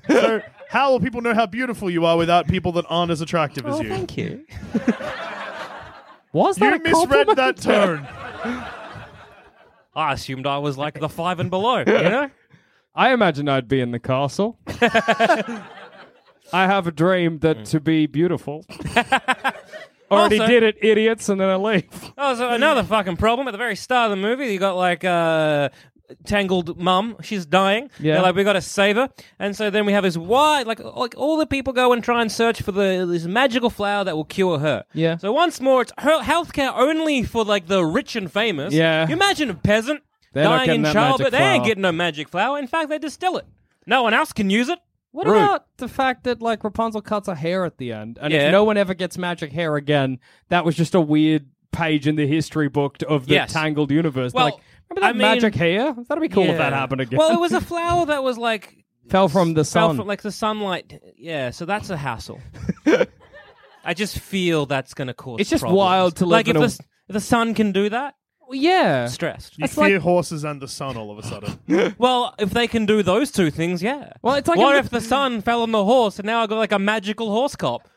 so How will people know how beautiful you are without people that aren't as attractive as
Oh,
you?
thank you.
Was that
You
a
misread
compliment?
that turn.
I assumed I was like the five and below, you know?
I imagine I'd be in the castle. I have a dream that to be beautiful. Already
Also-
did it, idiots, and then I leave.
Oh, so another fucking problem at the very start of the movie. You got like uh, tangled mum. She's dying.
Yeah.
They're like we got to save her. And so then we have this wide, like like all the people go and try and search for the this magical flower that will cure her.
Yeah.
So once more, it's her healthcare only for like the rich and famous.
Yeah.
You imagine a peasant
They're not
dying in
getting that
childbirth.
magic
They ain't
flower.
getting no magic flower. In fact, they distill it. No one else can use it.
What
Rude.
about the fact that like Rapunzel cuts her hair at the end, and
Yeah.
if no one ever gets magic hair again, that was just a weird page in the history book t- of the
Yes.
Tangled universe. They're
Well,
like, remember that
I mean-
magic hair? That'd be cool if that
Yeah.
happened again.
Well, it was a flower that was like
fell from the
fell
sun.
from like the sunlight. Yeah, so that's a hassle. I just feel that's going to cause.
It's just
problems.
wild to live
like
in
if
a-
the s- if the sun can do that.
yeah,
Stressed.
You
That's
fear
like-
horses and the sun all of a sudden.
Well, if they can do those two things, yeah.
Well, it's like
what
in
if the sun fell on the horse and now I got like a magical horse cop?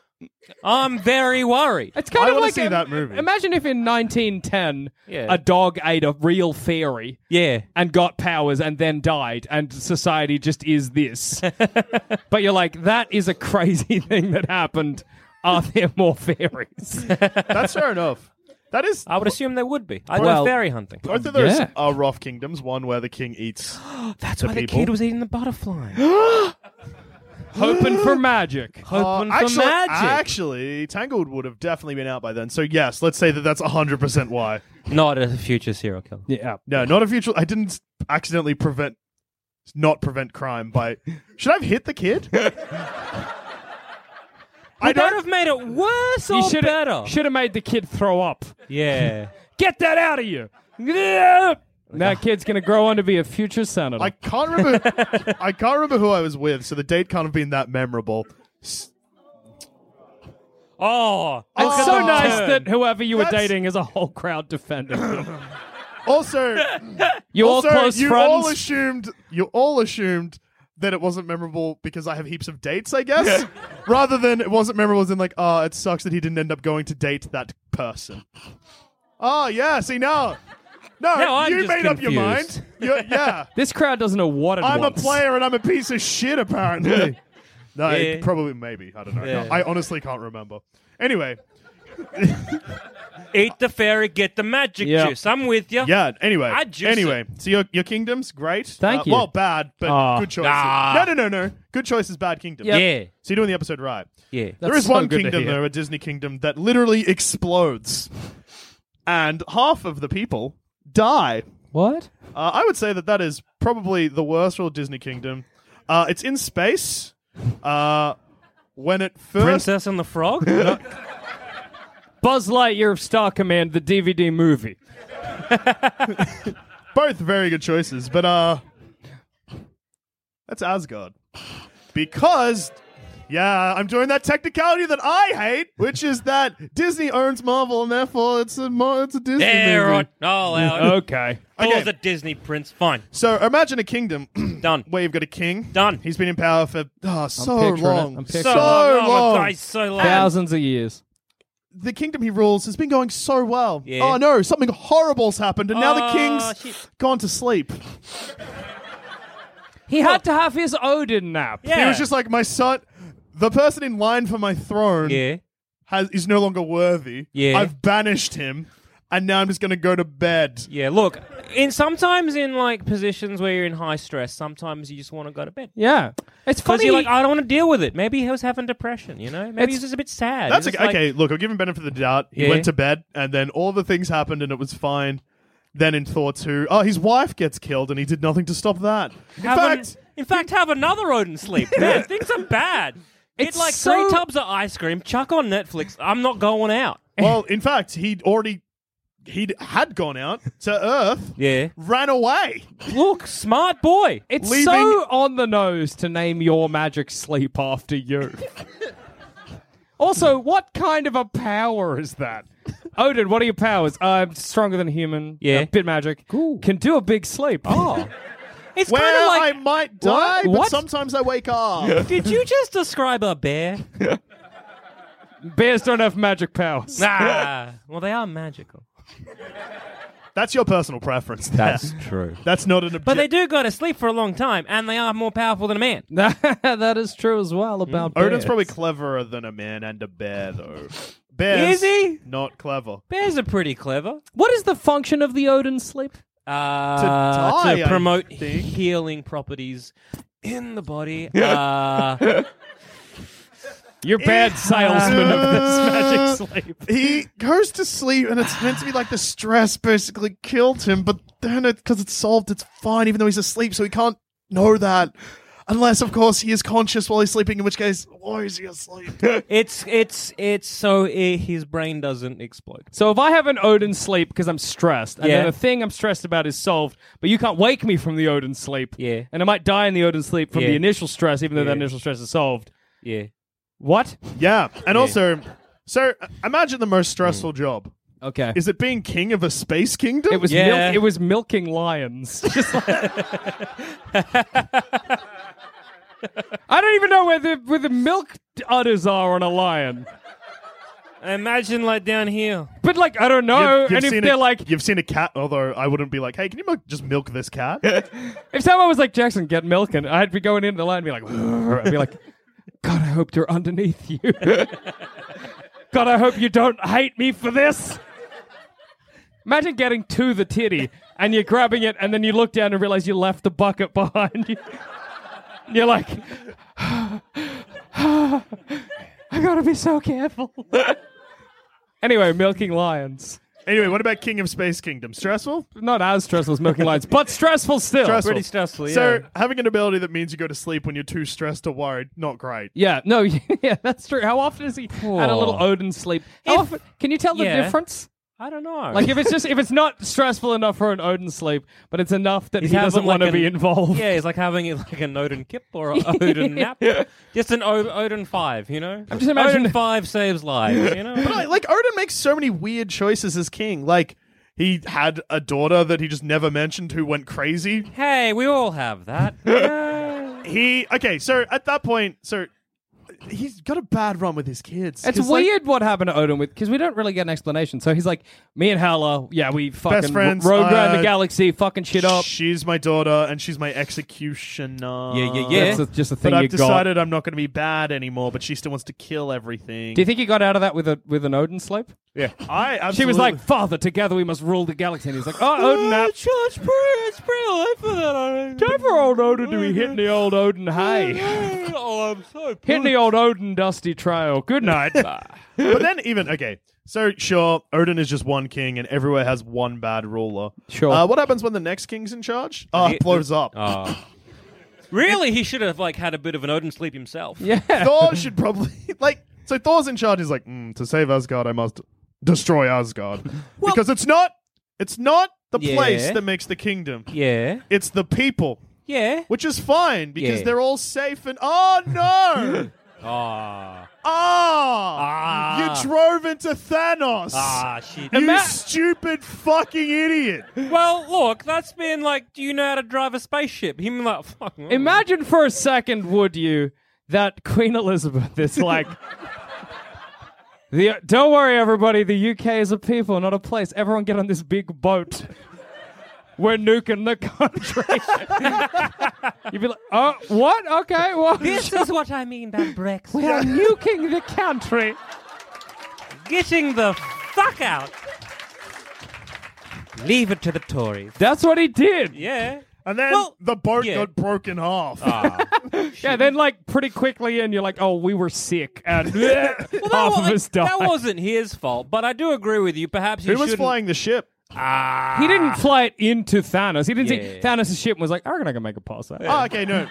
I'm very worried.
It's kind
I
of
wanna
like
see
im-
that movie.
Imagine if in 1910
Yeah.
a dog ate a real fairy
Yeah.
and got powers and then died, and society just is this. but you're like, that is a crazy thing that happened. Are there more fairies?
That's fair enough. That is.
I would assume there would be. I'd
Well-
go fairy hunting.
Both of those
Yeah.
are rough kingdoms. One where the king eats.
That's
the
why the
people.
kid was eating the butterfly.
Hoping for magic.
Hoping for
actually,
magic.
actually, Tangled would have definitely been out by then. So yes, let's say that that's hundred percent why.
Not a future serial killer.
Yeah.
No, not a future. I didn't accidentally prevent, not prevent crime by. Should I have hit the kid? I
Would that
don't.
have made it worse
You
or
should
better?
have should have made the kid throw up.
yeah.
Get that out of you. Now kid's gonna grow on to be a future senator.
I can't remember. I can't remember who I was with, so the date can't have been that memorable. S-
Oh,
it's so
Oh.
nice
Turn.
that whoever you were
That's-
dating is a whole crowd defending them.
Also,
You all
also,
close
you
friends.
all assumed you all assumed that it wasn't memorable because I have heaps of dates, I guess. Rather than it wasn't memorable, as in like, ah, it sucks that he didn't end up going to date that person. Oh yeah, see now, no,
Now I'm
you
just
made up your
confused.
mind. You're- yeah,
this crowd doesn't know what it
I'm a
wants.
player and I'm a piece of shit. Apparently, no, it-
Yeah.
probably maybe I don't know.
Yeah.
I honestly can't remember. Anyway,
Eat the fairy, get the magic
Yeah.
juice. I'm with you.
Yeah. Anyway.
I juice
anyway. So your your kingdoms great.
Thank
Uh,
you.
Well, bad, but
Ah.
good choices.
Ah.
No, no, no, no. Good choices, bad kingdom.
Yep.
Yeah.
So you're doing the episode right.
Yeah.
That's
there is
so
one
good to
kingdom
hear.
though, a Disney kingdom that literally explodes, and half of the people die.
What?
Uh, I would say that that is probably the worst real Disney kingdom. Uh, it's in space. Uh, when it first
Princess and the Frog? No.
Buzz Lightyear of Star Command, the DVD movie.
both very good choices, but uh, that's Asgard because. Yeah, I'm doing that technicality that I hate, which is that Disney owns Marvel, and therefore it's a Mar- it's a Disney
yeah,
movie.
right. All out.
Okay.
Thor's
Okay.
a Disney prince. Fine.
So imagine a kingdom
Done.
where you've got a king.
Done.
He's been in power for oh, so
picturing it.
long,
I'm
so
picturing it.
Oh,
long.
guys, so long.
Thousands of years.
The kingdom he rules has been going so well.
Yeah.
Oh no, something horrible's happened, and now the
Oh,
king's
shit.
gone to sleep.
He had to have his Odin nap.
Yeah.
He was just like my son. The person in line for my throne.
Yeah.
has is no longer worthy.
Yeah.
I've banished him, and now I'm just gonna go to bed.
Yeah, look, in sometimes in like positions where you're in high stress, sometimes you just want to go to bed.
Yeah. It's
Because
funny.
you're like, I don't want to deal with it. Maybe he was having depression, you know? Maybe
It's-
he's just a bit sad.
That's
He's
okay.
just like-
okay. Look, I'll give him benefit of the doubt. He
Yeah.
went to bed, and then all the things happened, and it was fine. Then in Thor two, oh, his wife gets killed, and he did nothing to stop that. In
Have an-
fact,
in fact, have another Odin sleep. Man, things are bad. It's
It's
like
so-
three tubs of ice cream, chuck on Netflix. I'm not going out.
well, in fact, he'd already he had gone out to Earth,
Yeah.
ran away.
Look, smart boy.
it's
leaving-
so on the nose to name your magic sleep after you. also, what kind of a power is that? Odin, what are your powers? I'm stronger than human.
Yeah.
A bit magic. Cool. Can do a big sleep. Oh.
It's
Well,
kind of like.
I might die, but
What?
sometimes I wake up.
Did you just describe a bear?
Bears don't have magic powers.
Nah. well, they are magical.
That's your personal preference. there.
true.
That's not an. Obje-
But they do go to sleep for a long time, and they are more powerful than a man.
that is true as well about bears.
Odin's probably cleverer than a man and a bear, though. Bears,
Is he?
Not clever.
Bears are pretty clever.
What is the function of the Odin sleep?
Uh,
die, I
to promote
think.
healing properties in the body. Uh,
You're bad salesman of this magic sleep.
He goes to sleep, and it's meant to be like the stress basically killed him. But then, it because it's solved, it's fine, even though he's asleep, so he can't know that. Unless, of course, he is conscious while he's sleeping, in which case, why is he asleep?
it's it's it's so i his brain doesn't explode.
So if I have an Odin sleep because I'm stressed, and
Yeah.
then the thing I'm stressed about is solved, but you can't wake me from the Odin sleep,
Yeah.
and I might die in the Odin sleep from
Yeah.
the initial stress, even though that
Yeah.
initial stress is solved.
Yeah.
What?
yeah, and also, so imagine the most stressful job.
Okay.
Is it being king of a space kingdom?
It was
Yeah.
milk, it was milking lions. Just like- I don't even know where the where the milk udders are on a lion.
Imagine like down here.
But like I don't
You've-
know.
you've
oh, and if
seen
they're
a,
like
you've seen a cat, although I wouldn't be like, hey, can you milk, just milk this cat?
if someone was like Jackson, get milking, I'd be going into the line and be like "Grr," I'd be like God, I hope they're underneath you. God, I hope you don't hate me for this. Imagine getting to the titty and you're grabbing it and then you look down and realize you left the bucket behind you. And You're like, I gotta be so careful. anyway, milking lions.
anyway, what about king of space kingdom? Stressful?
Not as stressful as milking lions, but stressful still.
Stressful.
Pretty stressful, yeah.
So, having an ability that means you go to sleep when you're too stressed or worried, not great.
Yeah, no, yeah, that's true. How often is he had a little
Poor.
Odin sleep? How
If-
often, can you tell the
Yeah.
difference?
I don't know.
Like if it's just if it's not stressful enough for an Odin sleep, but it's enough that
He's
he
having
doesn't
like
want to be
an-
involved.
yeah, it's like having it like an Odin kip or an Odin nap. Just an o- Odin five, you know. I'm
just imagining-
Odin five saves lives, you
But I,
know.
like Odin makes so many weird choices as king. Like he had a daughter that he just never mentioned who went crazy.
hey, we all have that. Yeah.
He okay, so at that point, so he's got a bad run with his kids.
It's
'Cause, like,
weird what happened to Odin with because we don't really get an explanation. So he's like, me and Hela, yeah, we fucking ro-
friends,
rode around
uh,
the galaxy, fucking shit up.
She's my daughter and she's my executioner.
Yeah, yeah, yeah.
That's a- just a thing
But
you
I've
got.
decided I'm not going to be bad anymore. But she still wants to kill everything.
Do you think he got out of that with a with an Odin sleep?
yeah, I. Absolutely.
She was like, "Father, together we must rule the galaxy." And he's like, "Oh, Odin, nap."
Church prayer, it's pretty late for that. I
Time for old Odin to be hitting the old Odin hay.
oh, I'm so
Hitting the old Odin dusty trail. Good night.
but then even okay. So sure, Odin is just one king, and everywhere has one bad ruler.
Sure.
Uh, what happens when the next king's in charge?
Ah,
Oh, it blows up.
Really, he should have like had a bit of an Odin sleep himself.
yeah.
Thor should probably like. So Thor's in charge. He's like, mm, to save Asgard, I must destroy Asgard because it's not. It's not the
Yeah.
place that makes the kingdom.
yeah,
It's the people,
yeah.
which is fine because
Yeah.
they're all safe and. Oh no!
Ah,
Ah!
Ah.
You drove into Thanos.
ah, shit.
You
Ima-
stupid fucking idiot!
well, look, that's been like, do you know how to drive a spaceship? Him like, fuck. oh.
Imagine for a second, would you, that Queen Elizabeth is like. The, don't worry, everybody. The UK is a people, not a place. Everyone get on this big boat. We're nuking the country. You'd be like, oh, what? Okay, well,
This is what I mean by Brexit.
we are nuking the country.
Getting the fuck out. Leave it to the Tories.
That's what he did.
Yeah.
And then
Well,
the boat
yeah.
got broken half.
Yeah, then like pretty quickly in, you're like, oh, we were sick, and
Well,
half
wa-
of us died.
that wasn't his fault, but I do agree with you. Perhaps you
Who was
shouldn't-
flying the ship?
he didn't fly it into Thanos. He didn't see
Yeah.
Thanos' ship and was like, I reckon I can make a pass at. it.
Oh, okay, no.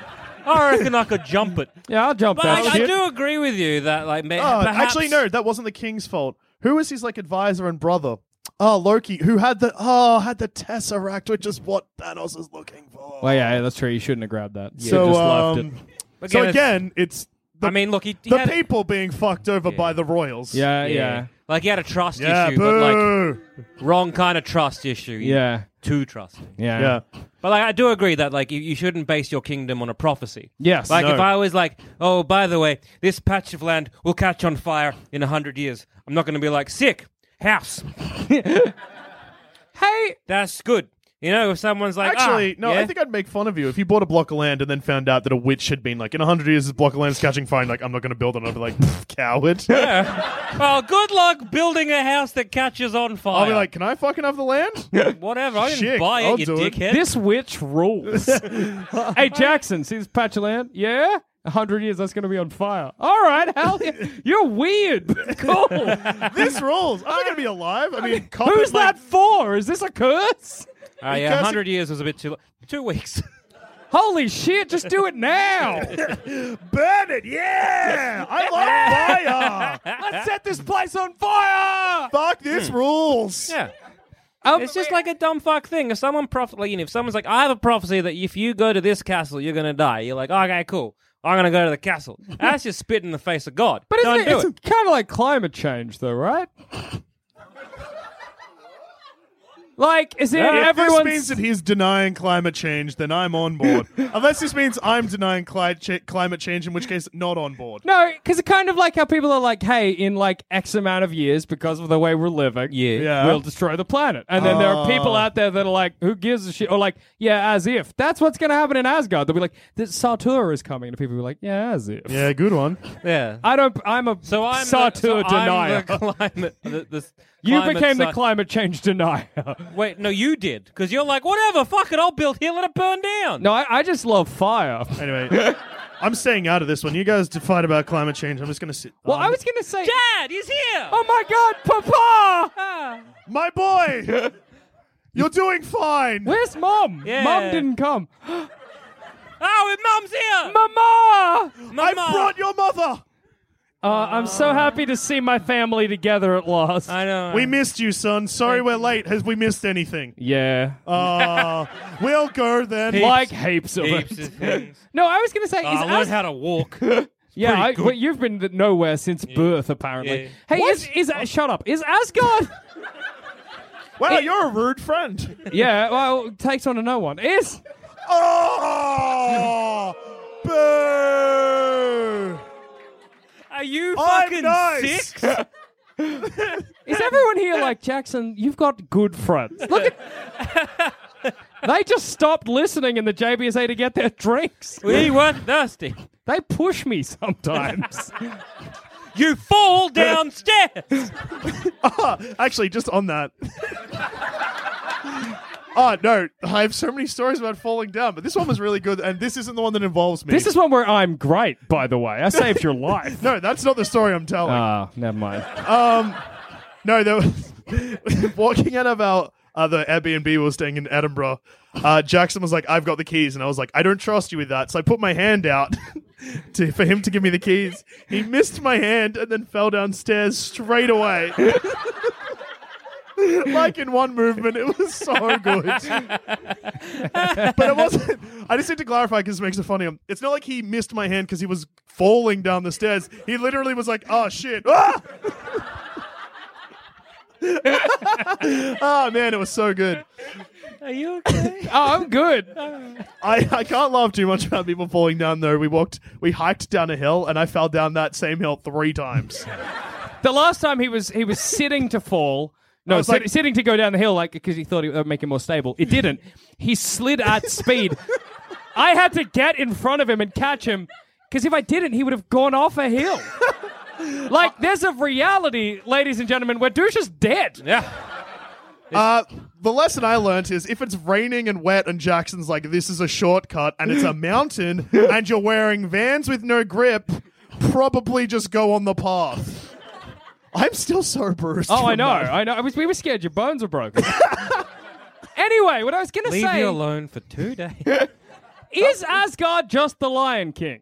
I reckon I could jump it.
yeah, I'll jump
But
that
I, I
shit.
do agree with you that like may-
Oh,
perhaps-
actually, no, that wasn't the king's fault. Who was his like advisor and brother? Oh, Loki, who had the oh had the tesseract, which is what Thanos is looking for.
Well, yeah, yeah, that's true. You shouldn't have grabbed that. You
so
just
um,
left it.
so
it's-
again, it's the,
I mean, look, he, he
the
had,
people being fucked over by the royals.
Yeah, yeah,
Like he had a trust
yeah,
issue, but like
boo.
wrong kind of trust issue.
yeah,
too trusting.
yeah,
yeah.
But like, I do agree that like you, you shouldn't base your kingdom on a prophecy.
Yes,
Like uh,
no.
if I was like, oh, by the way, this patch of land will catch on fire in a hundred years. I'm not going to be like sick house.
Hey,
That's good. You know, if someone's like, ah,
Actually, no,
yeah?
I think I'd make fun of you if you bought a block of land and then found out that a witch had been like, in 100 years, this block of land is catching fire. and, like, I'm not going to build on it. I'd be like, "Pfft, coward.
Well, good luck building a house that catches on fire.
I'll be like, can I fucking have the land?
whatever. I didn't
"Shit,
buy it,
I'll
you
do it."
dickhead.
this witch rules. hey, Jackson, see this patch of land? Yeah? A hundred years, that's going to be on fire. All right, hell yeah. You're weird. but Cool.
this rules. I'm not going to be alive. I mean, cop
Who's
it, like-
that for? Is this a curse?
Ah, yeah,
Because-
100 years was a bit too long. Two weeks.
Holy shit, just do it now.
Burn it. Yeah. I love fire.
Let's set this place on fire. Hmm.
Fuck, this rules.
yeah.
Um,
It's just like a dumb fuck thing. If someone proph- like, you know, if someone's like, I have a prophecy that if you go to this castle, you're gonna die. You're like, okay, cool. I'm gonna go to the castle. That's just spit in the face of God.
But isn't
don't
it,
do
it's
it.
kind of like climate change, though, right? like, is it
If
everyone's?
this means that he's denying climate change, then I'm on board. Unless this means I'm denying cli- cha- climate change, in which case, not on board.
No, because it's kind of like how people are like, hey, in like X amount of years, because of the way we're living, yeah.
Yeah.
we'll destroy the planet. And then there are people out there that are like, who gives a shit? Or like, yeah, as if. That's what's going to happen in Asgard. They'll be like, this Sartor is coming. And people will be like, yeah, as if.
Yeah, good one.
Yeah.
I don't, I'm a
So I'm the, so
Sartor denier.
I'm the climate. The, the
you
climate
became the
sci-
climate change denier.
Wait, no, you did because you're like, whatever, fuck it, I'll build here, let it burn down.
no, I, I just love fire.
Anyway, I'm staying out of this one. You guys to fight about climate change. I'm just going to sit.
Well,
Um,
I was going to say,
Dad, he's here.
oh my God, Papa!
My boy! You're doing fine!
Where's Mom?
Yeah.
Mom didn't come.
Oh, his mum's here.
Mama!
I
Mama.
brought your mother!
Uh, I'm so happy to see my family together at last.
I know.
We missed you, son. Sorry we're late. Has we missed anything?
yeah.
Uh, we'll go then.
like heaps of
Heaps
it.
of things.
No, I was going to say,
Oh,
is
I learned
As-
how to walk.
yeah, I,
good.
well, you've been th- nowhere since birth, apparently.
Yeah.
Hey, is is uh, shut up? Is Asgard?
wow, you're a rude friend.
yeah, well, takes on a no one. Is
oh! Boo!
Are you
I'm
fucking
nice.
six?
is everyone here like Jackson? You've got good friends. Look at. They just stopped listening in the JBSA to get their drinks.
We were thirsty.
They push me sometimes.
You fall downstairs.
Actually, just on that. Oh no! I have so many stories about falling down, but this one was really good, and this isn't the one that involves me.
this is one where I'm great, by the way. I saved your life.
no, that's not the story I'm telling.
Ah, never mind.
No, there was walking out of our uh, the Airbnb we were staying in Edinburgh. Uh, Jackson was like, "I've got the keys," and I was like, "I don't trust you with that." So I put my hand out to, for him to give me the keys. He missed my hand and then fell downstairs straight away. like in one movement, it was so good. but it wasn't. I just need to clarify because it makes it funny. It's not like he missed my hand because he was falling down the stairs. He literally was like, "Oh shit!" Ah! Oh man, it was so good.
Are you okay?
Oh, I'm good.
I, I can't laugh too much about people falling down though. We walked, we hiked down a hill, and I fell down that same hill three times.
The last time he was he was sitting to fall. No,
was
sit-
like-
sitting to go down the hill, like because he thought it would make him more stable. It didn't. He slid at speed. I had to get in front of him and catch him, because if I didn't, he would have gone off a hill. like there's a reality, ladies and gentlemen, where douche is dead.
yeah.
Uh, the lesson I learnt is if it's raining and wet, and Jackson's like, "This is a shortcut, and it's a mountain, and you're wearing Vans with no grip," probably just go on the path. I'm still so bruised.
Oh, I
from
know,
that.
I know. I was, we were scared your bones were broken. anyway, what I was gonna
Leave
say
you alone for two days.
is Asgard just the Lion King?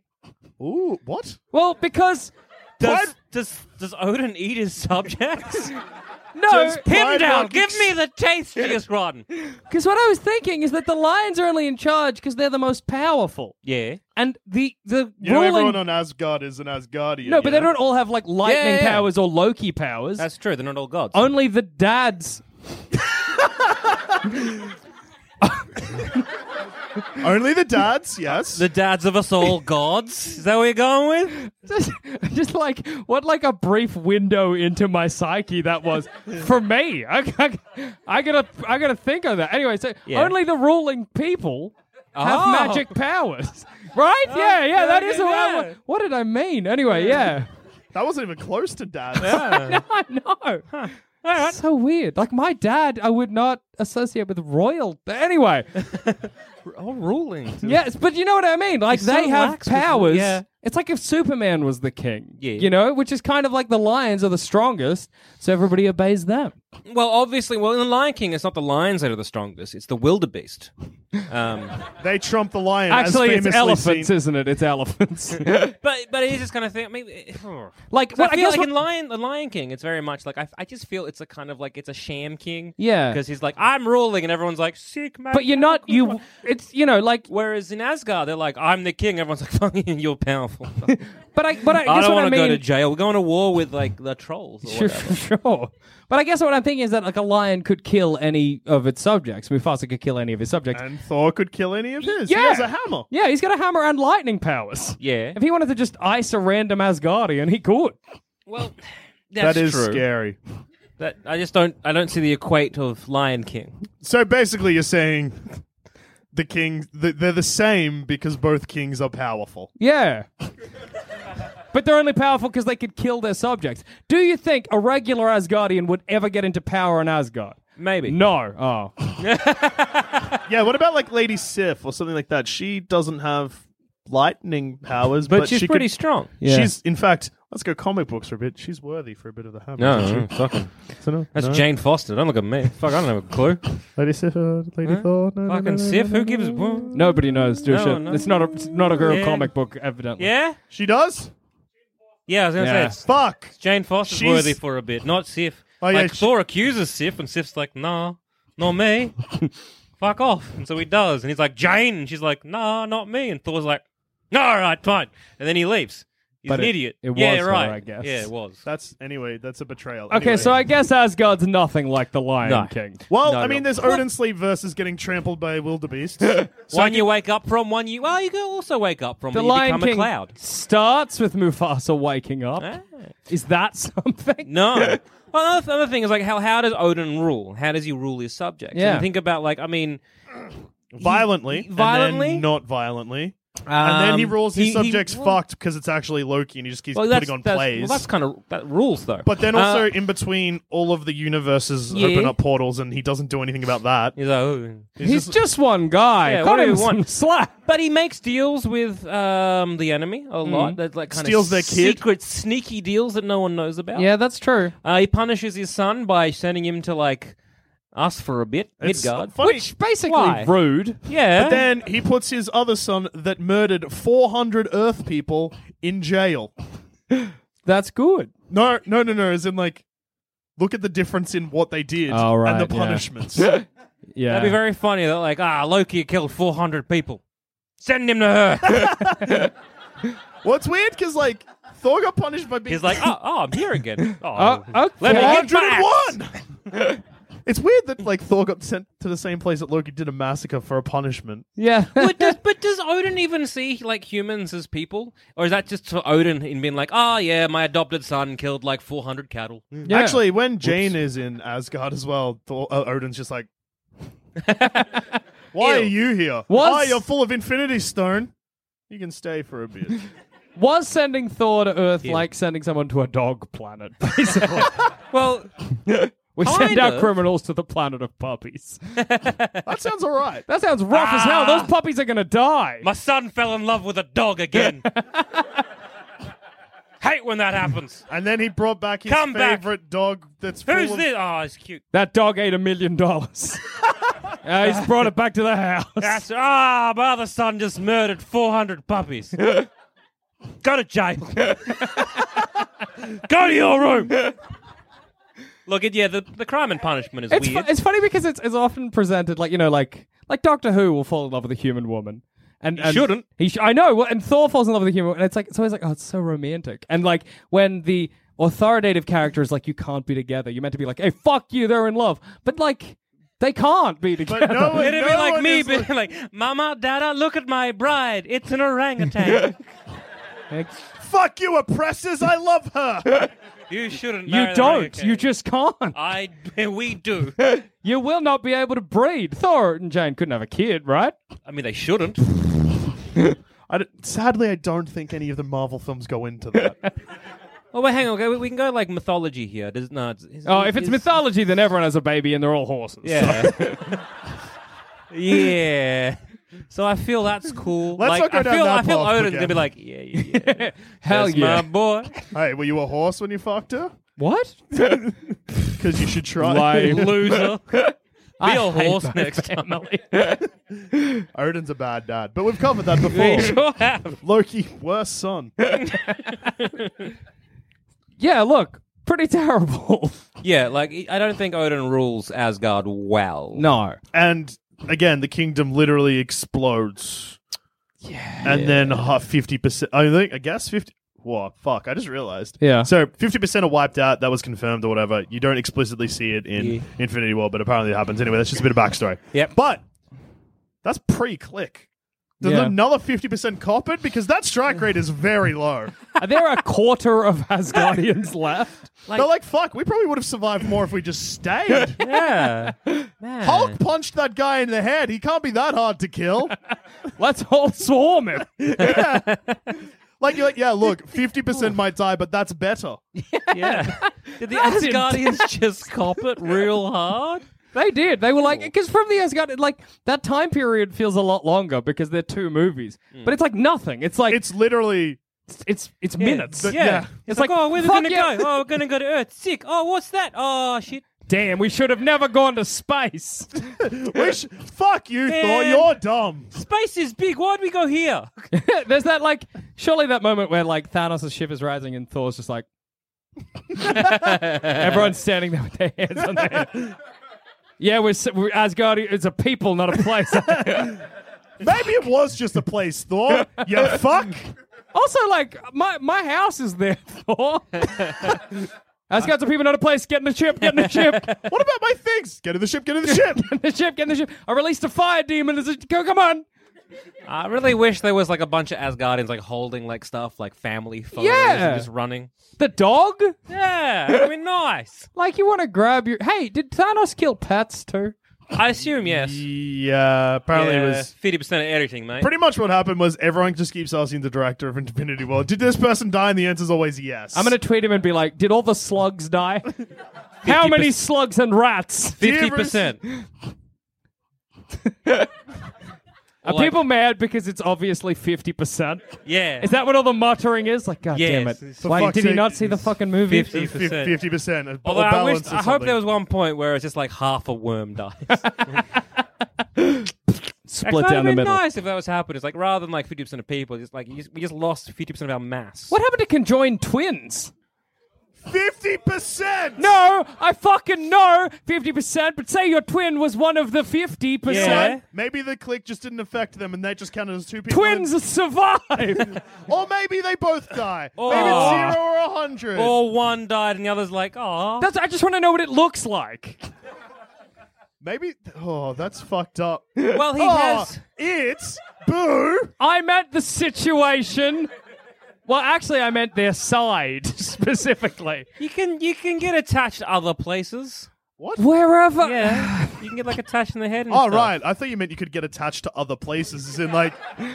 Ooh, what?
Well, because
Does, does does Odin eat his subjects?
no,
Him down.
not
Give me the tastiest rotten.
Because what I was thinking is that the lions are only in charge because they're the most powerful,
Yeah.
and the the
You know,
ruling.
everyone on Asgard is an Asgardian.
no, but
yeah?
they don't all have like lightning
Yeah, yeah.
powers or Loki powers.
That's true. They're not all gods.
only the dads.
Only the dads, yes.
The dads of us all gods. Is that what you're going with?
just, just like what like a brief window into my psyche that was for me I, I, I gotta i gotta think of that anyway so
Yeah.
only the ruling people have
Oh.
magic powers right yeah yeah that is
yeah,
what, I
yeah.
wa- what did i mean anyway yeah
that wasn't even close to dads.
i know That's so weird like my dad i would not associate with royal anyway
All ruling.
Yes, but you know what I mean. Like
so
they have
lax with-
powers.
yeah.
It's like if Superman was the king.
Yeah.
You know, which is kind of like the lions are the strongest, so everybody obeys them.
Well, obviously, well, in The Lion King, it's not the lions that are the strongest; it's the wildebeest. Um,
They trump the lion. as
Actually, it's
famously
elephants,
seen-
isn't it? It's elephants.
but but it is this kind of thing. I mean, it-
Like,
'Cause
what-
I
I
feel
guess
like
what-
in Lion, the Lion King, it's very much like I, I just feel it's a kind of like it's a sham king.
Yeah.
because he's like I'm ruling, and everyone's like seek my.
but you're not. You. It's you know like.
Whereas in Asgard, they're like I'm the king. Everyone's like fucking you're powerful.
But I. But I,
I don't
guess what I
want to go
mean.
to jail. We're going to war with like the trolls. Or
Sure,
whatever.
sure. But I guess what I'm thinking is that like a lion could kill any of its subjects. Mufasa could kill any of his subjects.
And Thor could kill any of his. He
Yeah.
has a hammer.
yeah, he's got a hammer and lightning powers.
Yeah.
If he wanted to just ice a random Asgardian, he could.
Well, that's
that is
true.
scary.
That I just don't. I don't see the equate of Lion King.
So basically, you're saying the kings th- they're the same because both kings are powerful.
Yeah. but they're only powerful because they could kill their subjects. Do you think a regular Asgardian would ever get into power in Asgard?
Maybe.
No. Oh.
Yeah. What about like Lady Sif or something like that? She doesn't have lightning powers, but,
but, she's
she
pretty
could-
strong.
Yeah.
She's in fact. Let's go comic books for a bit. She's worthy for a bit of the hammer. isn't she?
fucking.
So no,
That's
no.
Jane Foster. Don't look at me. Fuck, I don't have a clue.
Lady Sif, uh, Lady Thor. No, no, no,
fucking
no,
Sif.
no, no.
Who gives a
Nobody knows, do
No,
shit.
no.
It's not a it's not a girl
Yeah.
comic book, evidently.
Yeah?
She does.
Yeah, I was going to
Yeah.
say. It's,
Fuck.
Jane Foster's
She's-
worthy for a bit, not Sif.
Oh, yeah,
like,
she-
Thor accuses Sif, and Sif's like, nah, not me. Fuck off. And so he does. And he's like, Jane. And she's like, nah, not me. And Thor's like, no, all right, fine. And then he leaves. He's
But
an
it-
idiot.
it
yeah,
was her,
right.
I guess.
Yeah, it was.
That's anyway. That's a betrayal.
Okay,
Anyway.
so I guess Asgard's nothing like the Lion
No.
King.
Well,
No,
I mean,
no.
there's Odin sleep versus getting trampled by wildebeest. so
one you wake up from, one you. Well, you can also wake up from,
the
and you
Lion
become
King
a cloud.
starts with Mufasa waking up.
Ah.
Is that something?
No. well, another, th- another thing is like how how does Odin rule? How does he rule his subjects?
Yeah.
And think about like I mean,
violently, and then
violently?
not violently, and then he
um,
rules his
he- he-
subjects
well-
fucked because it's actually Loki, and he just keeps
well, that's,
putting on
that's,
plays.
Well, that's kind of that rules though.
but then
Uh,
also in between, all of the universes
Yeah.
open up portals, and he doesn't do anything about that.
he's like, "Oh."
He's just, one guy.
Yeah,
Cut
what do
him
you
some
want?
slack.
But he makes deals with um, the enemy a lot. That like kind
Steals
of
their kid.
secret, sneaky deals that no one knows about.
Yeah, that's true.
Uh, he punishes his son by sending him to like us for a bit,
It's
Midgard.
funny.
Which basically
Why?
rude.
Yeah.
But then he puts his other son that murdered 400 Earth people in jail.
That's good.
No, no, no, no. As in, like, look at the difference in what they did
Oh,
and
right,
the
yeah.
punishments.
Yeah.
That'd be very funny. That like ah, Loki killed four hundred people. Send him to her.
What's weird because like Thor got punished by being
He's like, oh, oh I'm here again. Oh,
Oh, okay.
let me get my axe.
101. it's weird that like Thor got sent to the same place that Loki did a massacre for a punishment.
Yeah.
but does but does Odin even see like humans as people, or is that just for Odin in being like, oh yeah, my adopted son killed like four hundred cattle?
Yeah.
Actually, when Jane is in Asgard as well, Thor, uh, Odin's just like, "Why
Ew.
are you here?
Was-
Why you're full of Infinity Stone? You can stay for a bit."
was sending Thor to Earth like sending someone to a dog planet? Basically,
Well,
we
Kind
send our
of.
criminals to the planet of puppies.
that sounds all right.
That sounds rough as hell. Those puppies are gonna die.
Ah. my son fell in love with a dog again. Hate when that happens.
And then he brought back his
Come back.
favorite dog. That's full
Who's
of-
this? Oh, it's cute.
that dog ate a million dollars. Uh, he's brought it back to the house.
That's ah, my other son just murdered four hundred puppies. Go to jail. Go to your room. Look at yeah, the, the crime and punishment is
it's, fu-
weird.
it's funny because it's, it's often presented like you know like like Doctor Who will fall in love with a human woman. And, and
shouldn't.
He sh- I know. well, And Thor falls in love with a human, woman, and it's like it's always like, oh, it's so romantic. And like when the authoritative character is like, you can't be together. You're meant to be like, hey, fuck you, they're in love. But like, They can't be together.
But no one,
It'd
no
be like
one
me
is
being
look-
like, Mama, Dada, look at my bride. It's an orangutan.
Fuck you, oppressors! I love her.
you shouldn't. marry
you
the
don't.
orangutan.
You just can't.
I. We do.
You will not be able to breed. Thor and Jane couldn't have a kid, right?
I mean, they shouldn't.
I don't- sadly, I don't think any of the Marvel films go into that.
Oh wait, hang on. Okay, we, we can go like mythology here. Does no? It's, it's-
Oh, if it's mythology, then everyone has a baby and they're all horses.
Yeah. yeah. So I feel that's cool.
Let's
like,
not go
I
down
feel,
that
I feel
path
Odin's
again.
gonna be like, yeah, yeah, yeah.
Hell
That's
yeah.
my boy.
hey, were you a horse when you fucked her?
What?
Because you should try.
Loser. Be
I
a
hate
horse
my
next time.
Odin's a bad dad, but we've covered that before.
Sure have.
Loki, worst son.
yeah, look, pretty terrible.
Yeah, like I don't think Odin rules Asgard well.
no.
And again, the kingdom literally explodes. Yeah. And then uh, fifty percent. I think. I guess fifty. Whoa, fuck! I just realized.
Yeah.
So fifty percent are wiped out. That was confirmed or whatever. You don't explicitly see it in
Yeah.
Infinity War, but apparently it happens anyway. That's just a bit of backstory.
Yep.
But that's pre-click. There's
Yeah.
another fifty percent coppered because that strike rate is very low.
Are there a quarter of Asgardians left?
They're like, fuck. We probably would have survived more if we just stayed.
Yeah. Man.
Hulk punched that guy in the head. He can't be that hard to kill.
Let's all swarm him.
Like you're like, yeah, look, fifty percent might die, but that's better.
Yeah. Did the Asgardians just cop it real hard?
They did. They were like, because from the Asgard, like that time period feels a lot longer because they're two movies. But it's like nothing. It's like Hmm. it's
It's literally
it's it's minutes.
Yeah.
But- yeah.
It's, like, oh, where are we
fuck
gonna
yeah.
go? Oh, we're gonna go to Earth. Sick. Oh, what's that? Oh shit.
Damn, we should have never gone to space.
wish. fuck you, Thor.
Man.
You're dumb.
Space is big. Why'd we go here?
There's that like surely that moment where like Thanos' ship is rising and Thor's just like everyone's standing there with their hands on their head. Yeah, we're, s- we're Asgard. It's a people, not a place.
Maybe it was just a place, Thor. You fuck.
also, like my my house is there, Thor. Asgard's a people, not a place. Get in the ship. Get in the ship.
What about my things? Get in the ship. Get in the ship.
the ship, get in the ship. I released a fire demon. Is it, go, come on.
I really wish there was like a bunch of Asgardians like holding like stuff like family photos
Yeah.
and just running.
The dog?
Yeah, I mean, nice.
Like, you want to grab your. Hey, did Thanos kill pets too?
I assume yes.
yeah. uh, Apparently, it was
fifty percent of everything, mate.
pretty much what happened. Was everyone just keeps asking the director of Infinity War, "Did this person die?" And the answer's always yes.
I'm going to tweet him and be like, did all the slugs die? How many slugs and rats?
Fifty percent.
Are
Like-
people mad because it's obviously 50%?
Yeah.
Is that what all the muttering is? Like, god
Yes.
damn it.
For
Why
fuck's
did he
sake,
not see the
it's
fucking movie?
50.
fifty percent.
Although I, wish, I hope there was one point where it's just like half a worm dies.
Split
That'd
down the
been
middle.
nice if that was happening. It's like rather than like fifty percent of people, just like you just, we just lost fifty percent of our mass.
What happened to conjoined twins?
fifty percent.
No, I fucking know 50%, but say your twin was one of the 50%.
Yeah.
Maybe the click just didn't affect them, and they just counted as two people.
Twins survive.
Or maybe they both die. Maybe
Oh.
it's zero or a hundred.
Or one died and the other's like, oh,
That's, I just want to know what it looks like.
Maybe. Oh, that's fucked up.
well he
oh,
has.
It's boo.
I meant the situation. Well, actually, I meant their side specifically.
You can you can get attached to other places.
What?
Wherever.
Yeah, you can get like attached in the head. And
Oh
stuff.
right, I thought you meant you could get attached to other places. As in, like,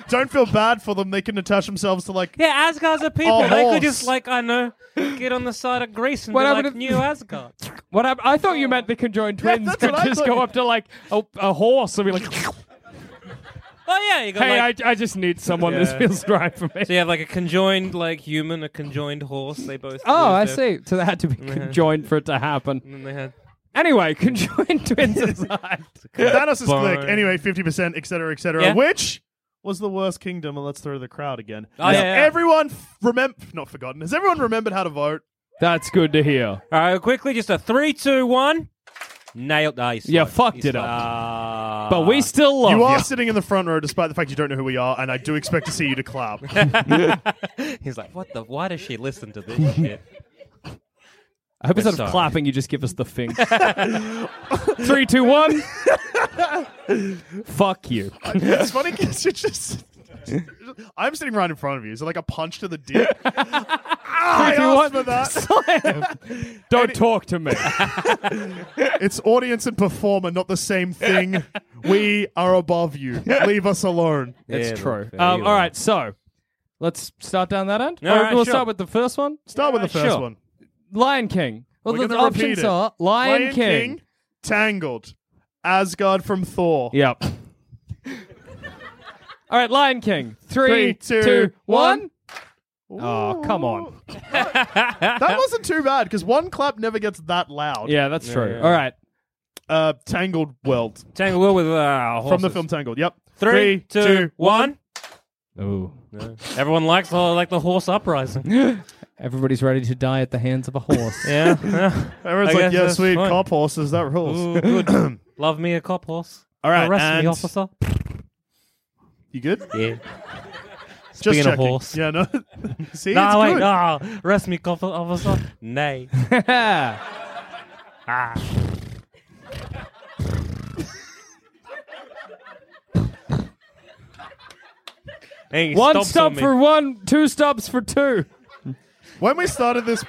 don't feel bad for them. They can attach themselves to like.
Yeah, Asgard's a people.
A
they
horse.
could just like I know, get on the side of Greece and
What
be
happened
like
to-
New Asgard.
What I, I thought you meant the conjoined
Yeah,
twins
that's
could
what I
just
thought
go
you-
up to like a, a horse and be like,
Oh yeah, you got
"Hey,
like.
I, I just need someone. This
Yeah.
feels right for me."
so you have like a conjoined like human, a conjoined horse. They both.
Oh, I
lose their-
see. So they had to be conjoined for it to happen.
And they had.
Anyway, conjoined twins aside.
Thanos is
Fine.
click anyway, fifty percent, etc.,
Yeah.
etc. Which was the worst kingdom? And let's throw the crowd again.
Oh,
Has
yeah, yeah.
Everyone f- remember? Not forgotten. Has everyone remembered how to vote?
That's good to hear.
All right, quickly, just a three, two, one. Nailed. Ah, you
Yeah,
slide.
fucked
You
it up.
slide.
But we still
Oh,
love
Ah. you
you.
are sitting in the front row, despite the fact you don't know who we are, and I do expect to see you to clap.
He's like, what the? Why does she listen to this shit?
I hope instead
sorry.
of clapping, you just give us the thing. Three, two, one. Fuck you.
It's funny because you're just. I'm sitting right in front of you. So like a punch to the dick. Ah, I
Three, two,
asked
one.
for that.
Slam. Don't talk to me.
It's audience and performer, not the same thing. We are above you. Leave us alone.
It's
Yeah,
true.
look, there
Um,
you
all
are.
right, so let's start down that end.
All
Or
right,
we'll
sure.
start with the first one.
Start with the
Alright,
first
Uh, sure.
one.
Lion King. Well,
We're
the
gonna repeat
options
it.
are Lion, King.
Tangled, Asgard from Thor.
Yep. all right, Lion King. Three,
Three,
two, one.
two, one.
Oh, come on.
That wasn't too bad because one clap never gets that loud.
Yeah, that's true.
yeah.
All right.
Uh, Tangled World
Tangle Will with uh, horses.
from the film Tangled. Yep.
Three, two, one.
Ooh.
Everyone likes the, like the horse uprising.
Everybody's ready to die at the hands of a horse.
yeah. yeah.
Everyone's
I
like,
guess
yeah,
that's
sweet
fine.
cop horses. That rules.
Ooh, good. Love me a cop horse.
All right,
Arrest
and-
me, officer.
You good?
Yeah.
Just
Being a
checking.
horse.
Yeah, no. See, it's
No, wait,
good.
no. Arrest me, cop officer. Nay. Ah. Hey, he
one
stomps
stop
on me.
for one, two stops for two.
When we started this,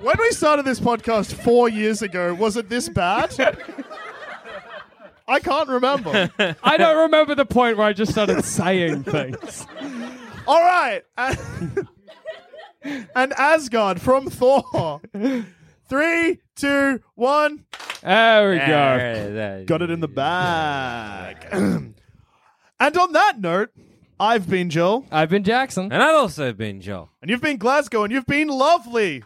when we started this podcast four years ago, was it this bad? I can't remember.
I don't remember the point where I just started saying things.
All right, and, and Asgard from Thor. Three, two, one.
There we go.
Got it in the bag. and on that note, I've been Joel,
I've been Jackson.
And I've also been Joel.
and you've been Glasgow, and you've been lovely.